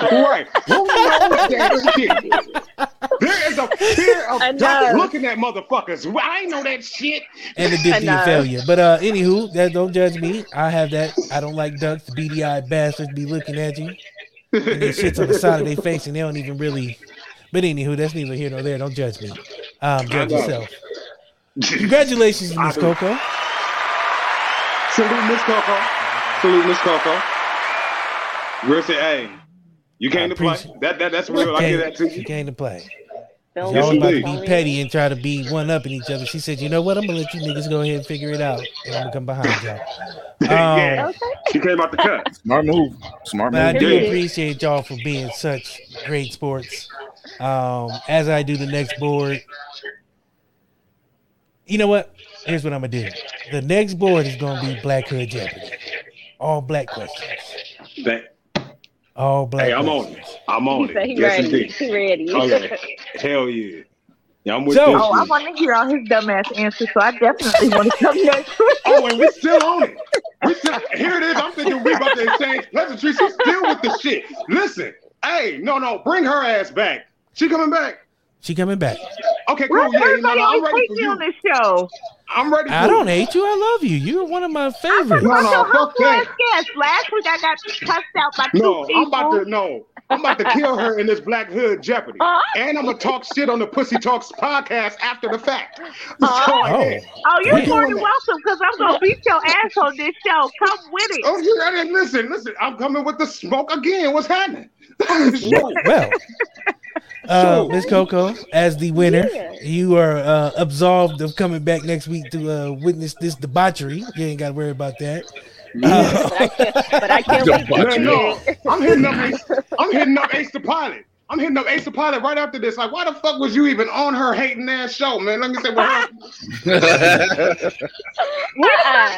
F: Right. Who knows that shit? There is a fear of
I: I
F: God
I: know.
F: looking at mmotherfuckers. I ain't know that shit.
A: and it did be a
I: Enough.
A: failure. But uh anywho, that don't judge me. I have that. I don't like ducks, beady eyed bastards be looking at you. And their shit's on the side of their face and they don't even really but anywho, that's neither here nor there. Don't judge me. Um judge
F: know.
A: yourself. Congratulations, Miss
F: I know.
A: Coco.
F: Salute Miss Coco. Salute Miss Coco. Real say, hey, you came
A: I
F: to play.
A: appreciate it.
F: That, that that's real. I give that to
A: She
F: you.
A: came to play.
I: Don't
A: Y'all was about to
F: indeed.
A: be petty and try to be one up in each other. She said, "You know what? I'm gonna let you niggas go ahead and figure it out, and I'm gonna come behind y'all." Um,
F: yeah. She came out the cut.
E: Smart move. Smart
A: But I
E: move.
A: do
F: Period.
A: appreciate y'all for being such great sports. Um, as I do the next board, you know what? Here's what I'm gonna do. The next board is gonna be Black Hood Jeopardy. All black questions.
F: That-
A: All black.
F: hey, I'm on
A: questions.
F: it. I'm on
I: He said
F: it.
I: he
F: Yes,
I: ready.
F: indeed.
I: He ready.
F: Oh yeah. Hell yeah. Yeah, I'm with
A: So-
F: this.
H: Oh, I
F: shit.
H: want to hear all his dumbass answers, so I definitely want to come next week.
F: Oh, and we're still on it. We still here it is. I'm thinking we about to exchange pleasantries. She's still with the shit. Listen, hey, no, no, bring her ass back. She coming back.
A: She coming back.
F: Okay,
H: Why does
F: cool. Yeah, no,
H: everybody
F: no, I'm
H: always
F: ready
H: hate
F: for
H: me on
F: you.
H: this show?
F: I'm ready. For
A: I don't hate you. I love you. You're one of my favorites.
F: No,
H: I'm
F: no,
H: so
F: fuck
H: humble
F: that.
H: as guest. Last week I got cussed out by two
F: No,
H: people. Uh-huh.
F: I'm about to no. I'm about to kill her in this Black Hood Jeopardy,
I: Huh?
F: and I'm gonna talk shit on the Pussy Talks podcast after the fact. So,
H: Huh?
A: Oh,
F: yeah.
H: Oh, you're
A: Damn.
H: more than welcome because I'm going to beat your ass on this show. Come with it.
F: Oh, you, I didn't listen, listen. I'm coming with the smoke again. What's happening? Smoke.
A: well. Uh,
F: Sure.
A: Miss Coco, as the winner,
I: Yeah.
A: you are uh, absolved of coming back next week to uh, witness this debauchery. You ain't got to worry about that. Uh,
I: But I can't, but I can't wait to
F: Man,
I: see
F: no,
I: it.
F: I'm hitting up Ace. I'm hitting up Ace the Pilot. I'm hitting up Ace the Pilot right after this. Like, why the fuck was you even on her hating ass show, man? Let me say, well,
H: Yeah,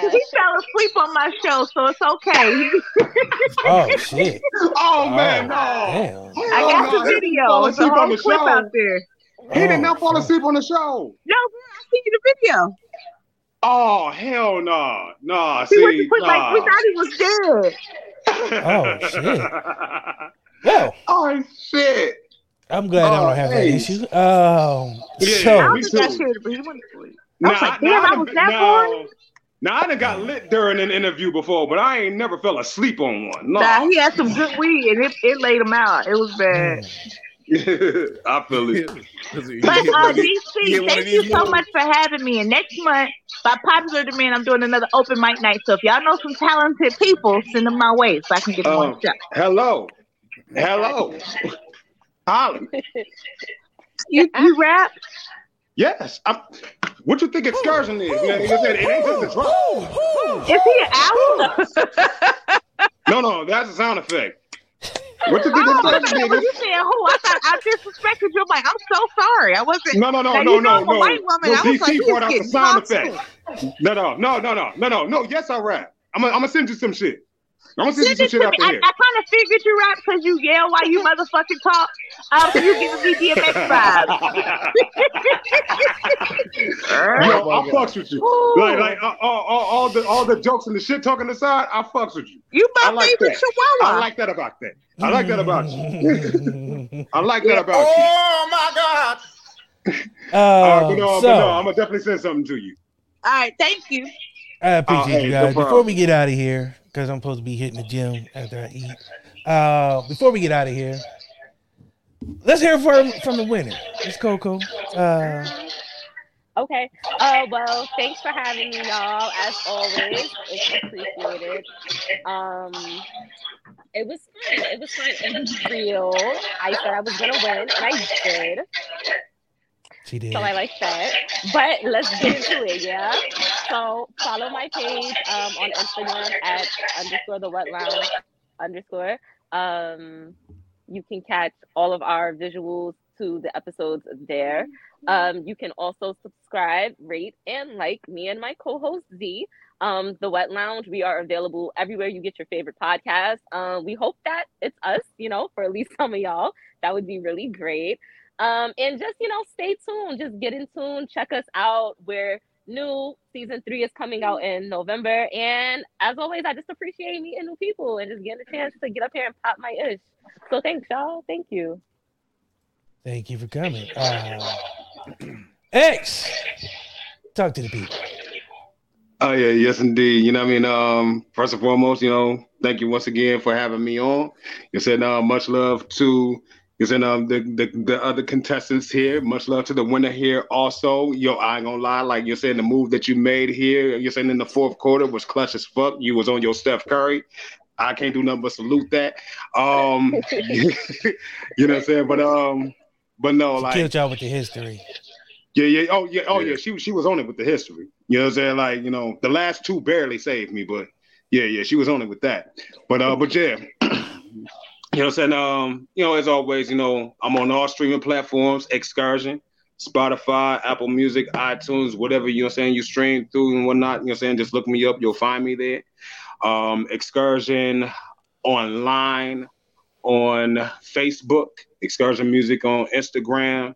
H: he fell asleep on my show, so it's okay.
A: oh shit!
F: oh man, no.
A: Oh,
F: Hell
H: I got
F: no,
H: the
F: he didn't fall
H: video. It's a
F: asleep on
H: whole
F: the
H: clip out
F: show.
H: there.
A: damn.
F: He did not fall
A: Oh,
F: asleep on the show.
H: No, I see the video.
F: Oh hell no, nah. no. Nah,
H: He went
F: see,
H: to sleep like
F: nah.
H: we thought he was dead.
A: Oh, shit. Well,
F: oh shit.
A: I'm glad I
F: Oh,
A: don't have that
F: hey.
A: issue. Um,
F: Yeah,
H: I
A: so
H: don't
F: me
H: think I
F: too.
H: should, but he went to sleep. I
F: Now,
H: was like, damn, I was that bored.
F: Now I done got lit during an interview before, but I ain't never fell asleep on one. No.
H: Nah, he had some good weed, and it, it laid him out. It was bad.
F: I feel it.
H: But uh, DC,
E: Yeah, one of
H: thank
E: these
H: you so
E: moves.
H: much for having me. And next month, by popular demand, I'm doing another open mic night. So if y'all know some talented people, send them my way so I can get them
F: Um,
H: on the show.
F: Hello. Hello. Holly.
H: You, you rap?
F: Yes. I'm, what you think excursion is? Man, They just said it ain't just a drop.
H: Is he an owl?
F: No, no, that's a sound effect. What you think
H: Oh, I was
F: excursion
H: like, when
F: is?
H: you said who, I thought I disrespected you. I'm like, I'm so sorry. I wasn't.
F: No, no, no,
H: Now,
F: no,
H: you know
F: no,
H: I'm a
F: no.
H: white woman.
F: no,
H: I was like,
F: DC
H: he's
F: brought out the
H: getting
F: sound
H: toxic.
F: effect. No, no, no, no, no, no, no, no. Yes, I rap. I'm gonna I'm gonna send you some shit. I'm gonna send you
H: Send
F: some
H: it to
F: shit
H: me.
F: after
H: I, I
F: here.
H: kind of figured you rap because you yell while you motherfucking talk. Um, so you giving me DMX vibes.
F: Yo, I fucks with you. Like, like uh, all, all, all the all the jokes and the shit talking aside, I fucks with you.
H: You
F: I
H: my
F: like
H: favorite
F: that. I
H: chihuahua.
F: like that about that. I like that about you. I like that about you.
K: Oh my God.
F: Uh,
A: um,
F: but no, but no, I'm
A: so
F: gonna definitely send something to you.
H: All right, thank you.
A: I
F: Uh, hey,
A: appreciate you
F: no
A: guys.
F: problem.
A: Before we get out of here, because I'm supposed to be hitting the gym after I eat. Uh, before we get out of here, let's hear from from the winner. It's Coco. Uh,
I: Okay. Oh well, thanks for having me, y'all. As always, it's appreciated. Um, it was fun. It was fun. It was real. I said I was gonna win, and I did.
A: she did.
I: So I like that. But let's get into it, yeah. So follow my page um, on Instagram at underscore the wet lounge underscore. Um, you can catch all of our visuals to the episodes there. Um, you can also subscribe, rate, and like me and my co-host Z. Um, the Wet Lounge. We are available everywhere you get your favorite podcast. Um, we hope that it's us, you know, for at least some of y'all. That would be really great. Um, and just, you know, stay tuned. Just get in tune. Check us out. We're new. Season three is coming out in November. And as always, I just appreciate meeting new people and just getting a chance to get up here and pop my ish. So thanks, y'all. Thank you.
A: Thank you for coming. Uh, X, talk to the people.
F: Oh yeah, yes indeed. You know what I mean? Um, first and foremost, you know, thank you once again for having me on. You said uh, much love to you said um the, the the other contestants here. Much love to the winner here also. Yo, I ain't gonna lie, like you're saying the move that you made here, you're saying in the fourth quarter was clutch as fuck. You was on your Steph Curry. I can't do nothing but salute that. Um you know what I'm saying? But um but no,
A: She
F: like
A: killed y'all with the history.
F: yeah, yeah. Oh, yeah. Oh, yeah. She she was on it with the history. You know what I'm saying? Like, you know, the last two barely saved me, but yeah, yeah, she was on it with that. But uh, but yeah. you know what I'm saying? Um, you know, as always, you know, I'm on all streaming platforms, excursion, Spotify, Apple Music, iTunes, whatever you know what I'm saying, you stream through and whatnot, you know what I'm saying? Just look me up, you'll find me there. Um, excursion online on Facebook, excursion music on Instagram.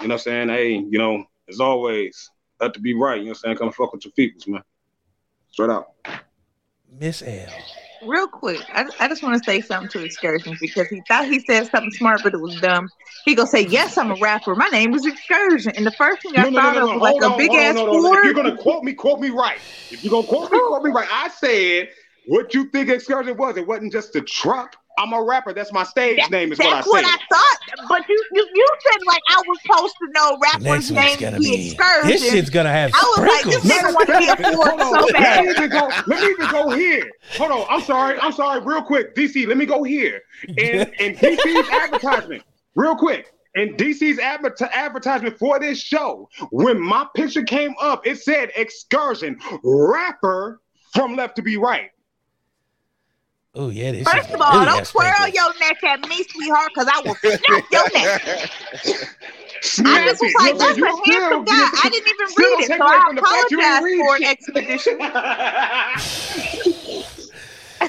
F: You know what I'm saying? Hey, you know, as always, have to be right. You know what I'm saying? Come fuck with your peoples, man. Straight out.
A: Miss L.
H: Real quick, I, I just want to say something to Excursions because he thought he said something smart, but it was dumb. He gonna say, "Yes, I'm a rapper. My name is Excursion," and the first thing I thought of was
F: Hold
H: like
F: on,
H: a big
F: hold on,
H: ass
F: hold on. If
H: word.
F: you're gonna quote me, quote me right. If you're gonna quote me, quote me right. I said what you think excursion was. It wasn't just the truck. I'm a rapper. That's my stage name. Is what I
H: That's
F: said.
H: what I thought, but you, you you said like I was supposed to know
A: Next
H: rappers'
A: one's
H: names.
A: gonna
H: be
A: be.
H: Excursion.
A: This shit's gonna have
H: I was like, this
A: sprinkles.
H: nigga want to be a fool
F: Hold on,
H: so
F: let me
H: bad.
F: even go. Let me even go here. Hold on. I'm sorry. I'm sorry. Real quick, DC. Let me go here. And and DC's advertisement. Real quick. And DC's adver- advertisement for this show. When my picture came up, it said excursion rapper from left to be right.
A: Oh yeah, this
H: First
A: shit
H: of all,
A: really
H: don't
A: has
H: twirl
A: sprinkles.
H: your neck at me, sweetheart, because I will snap your neck. I
F: Snap
H: just was
F: it.
H: like,
F: You
H: that's a
F: know, you
H: handsome guy.
F: still-
H: I didn't even
F: still
H: read it,
F: take
H: so
F: away
H: I
F: from the fact you didn't
H: apologize for
F: read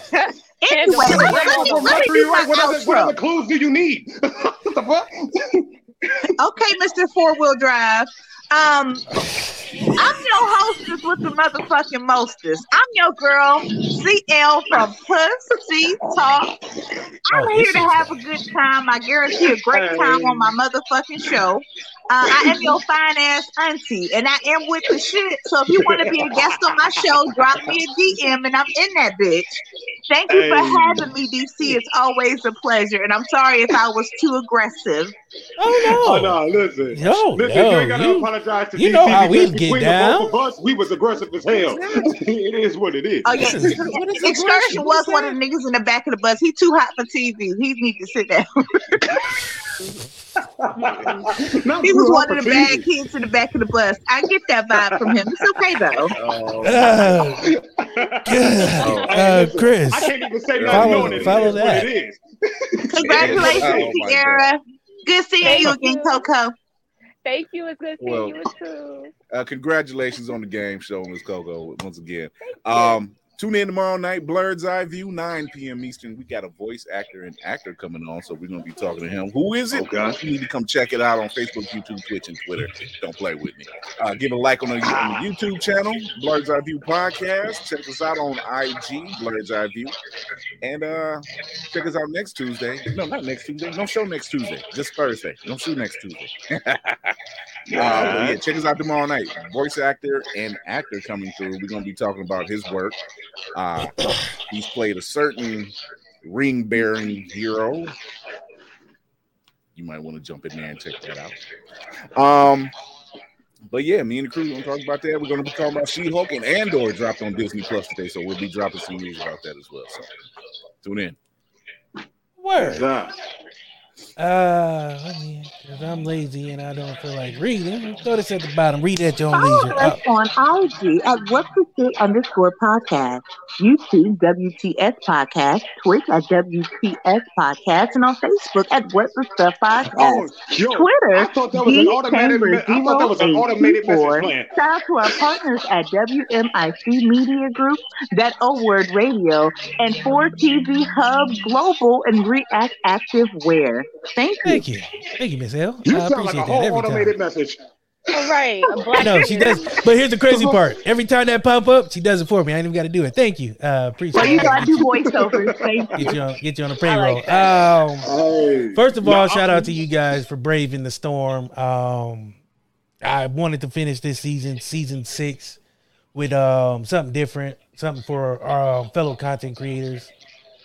H: expedition.
I: Anyway,
H: Anyway,
I: Well,
F: Still
H: let me, let me, let
F: take away from left
H: me do
F: to be
H: my
F: right. What other what other
H: outro.
F: clues do you need? what the fuck?
H: Okay, Mr. Four Wheel Drive. Um, I'm your hostess with the motherfucking mostest. I'm your girl, CL from Pussy Talk. I'm
A: Oh, this
H: here to
A: is
H: have a
A: bad.
H: good time. I guarantee a great time on my motherfucking show. Uh, I am your fine ass auntie, and I am with the shit. So if you want to be a guest on my show, drop me a DM, and I'm in that bitch. Thank you for
F: Hey.
H: having me, DC. It's always a pleasure, and I'm sorry if I was too aggressive.
A: Oh
F: Oh,
A: no.
F: no, listen.
A: No,
F: listen, you ain't
A: no,
F: gotta
A: you-
F: apologize to
A: you
F: DC
A: know how we
F: because
A: get
F: between
A: down.
F: The both of us, we was aggressive as hell. it is what it is.
H: Oh yeah,
A: This is-
E: what is aggression?
H: excursion
E: What is
H: was one of the niggas in the back of the bus. He too hot for TV. He need to sit down.
F: Not
H: He was
F: too
H: one
F: hard
H: of the
F: for
H: bad
F: TV.
H: kids in the back of the bus. I get that vibe from him. It's okay though.
E: Um,
A: Oh, God. Uh, Chris,
F: I can't even say
A: Follow-
F: nothing knowing it
A: follow
F: is
A: that.
F: what it is.
H: Congratulations,
E: Oh, my
H: Sierra. Good seeing
I: Thank
H: you again,
I: you.
H: Coco.
I: Thank you. It's good seeing
E: Well,
I: you too.
E: Uh, congratulations on the game show, Miss Coco, once again. Um, tune in tomorrow night, Blurred's Eye View, 9 p.m. Eastern. We got a voice actor and actor coming on, so we're gonna be talking to him. Who is it?
F: Okay.
E: You need to come check it out on Facebook, YouTube, Twitch, and Twitter. Don't play with me. Uh, give a like on the, on the YouTube channel, Blurred's Eye View Podcast. Check us out on IG, Blurred's Eye View. And uh check us out next Tuesday. No, not next Tuesday. No show next Tuesday. Just Thursday. No show next Tuesday. Uh, but yeah, check us out tomorrow night. Voice actor and actor coming through. We're gonna be talking about his work. Uh, he's played a certain ring bearing hero. You might want to jump in there and check that out. Um, but yeah, me and the crew gonna talk about that. We're gonna be talking about She-Hulk and Andor dropped on Disney Plus today, so we'll be dropping some news about that as well. So tune in.
A: Word. Uh, let me, cause I'm lazy and I don't feel like reading. Throw this at the bottom. Read at your own leisure. Uh,
H: us Oh, on IG at What Percent underscore podcast, YouTube WTS podcast, Twitch at WTS podcast, and on Facebook at What Percent podcast.
F: Oh, yo,
H: Twitter.
F: I thought that was an automated me- I thought that was an automated message
H: D-Chamber-084.
F: plan.
H: Shout out to our partners at WMIC Media Group, that O Word Radio, and 4TV Hub Global and React Active Wear. Thank you.
A: Thank you. Thank you, Miss L.
H: You
A: I
H: sound like
A: appreciate
H: a
A: that
H: whole
A: every
H: automated
A: time.
F: message.
I: All right. a
A: I
I: black
A: know she
I: man.
A: does, but here's the crazy part. Every time that pop up, she does it for me. I ain't even got to do it. Thank you. Uh, appreciate
H: Well, you
A: it.
H: gotta do voiceovers. Thank you.
A: Get you on, get you on the payroll. um, first of all, shout out to you guys for braving the storm. Um, I wanted to finish this season, season six, with um something different, something for our fellow content creators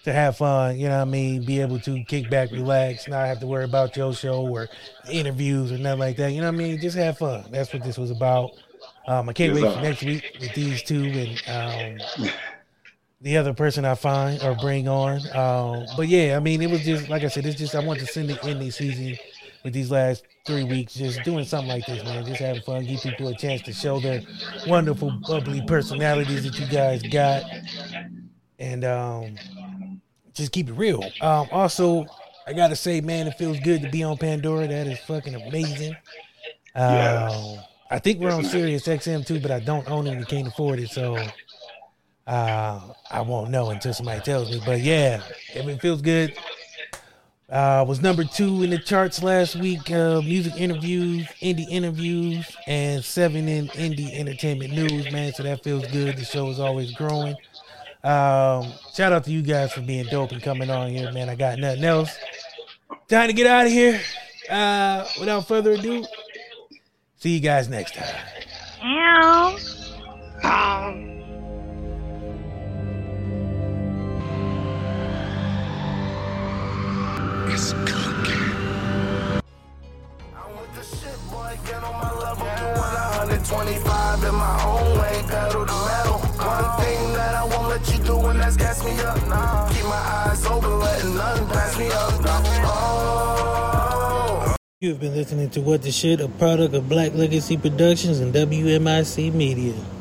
A: to have fun. You know what I mean? Be able to kick back, relax, not have to worry about your show or interviews or nothing like that. You know what I mean? Just have fun. That's what this was about. Um, I can't
F: Yes,
A: wait
F: sir.
A: for next week with these two and um, the other person I find or bring on. Um, but yeah, I mean, it was just like I said, it's just I want to send it in the season with these last three weeks, just doing something like this, man, just having fun, give people a chance to show their wonderful, bubbly personalities that you guys got, and um, just keep it real. Um, also, I gotta say, man, it feels good to be on Pandora. That is fucking amazing. Um, I think we're on Sirius XM too, but I don't own it and can't afford it, so uh, I won't know until somebody tells me. But yeah, I mean, it feels good. Uh, was number two in the charts last week. Uh, music interviews, indie interviews, and seven in indie entertainment news. Man, so that feels good. The show is always growing. Um, shout out to you guys for being dope and coming on here, man. I got nothing else. Time to get out of here. Uh, without further ado, see you guys next time.
H: Ow.
B: It's cooking.
C: Hundred twenty-five in my own way, pedal to metal. One thing that I won't let you do, and that's gas me up. Nah. Keep my eyes open, letting nothing pass me up. Nah. Oh.
A: You have been listening to What the Shit, a product of Black Legacy Productions and WMIC Media.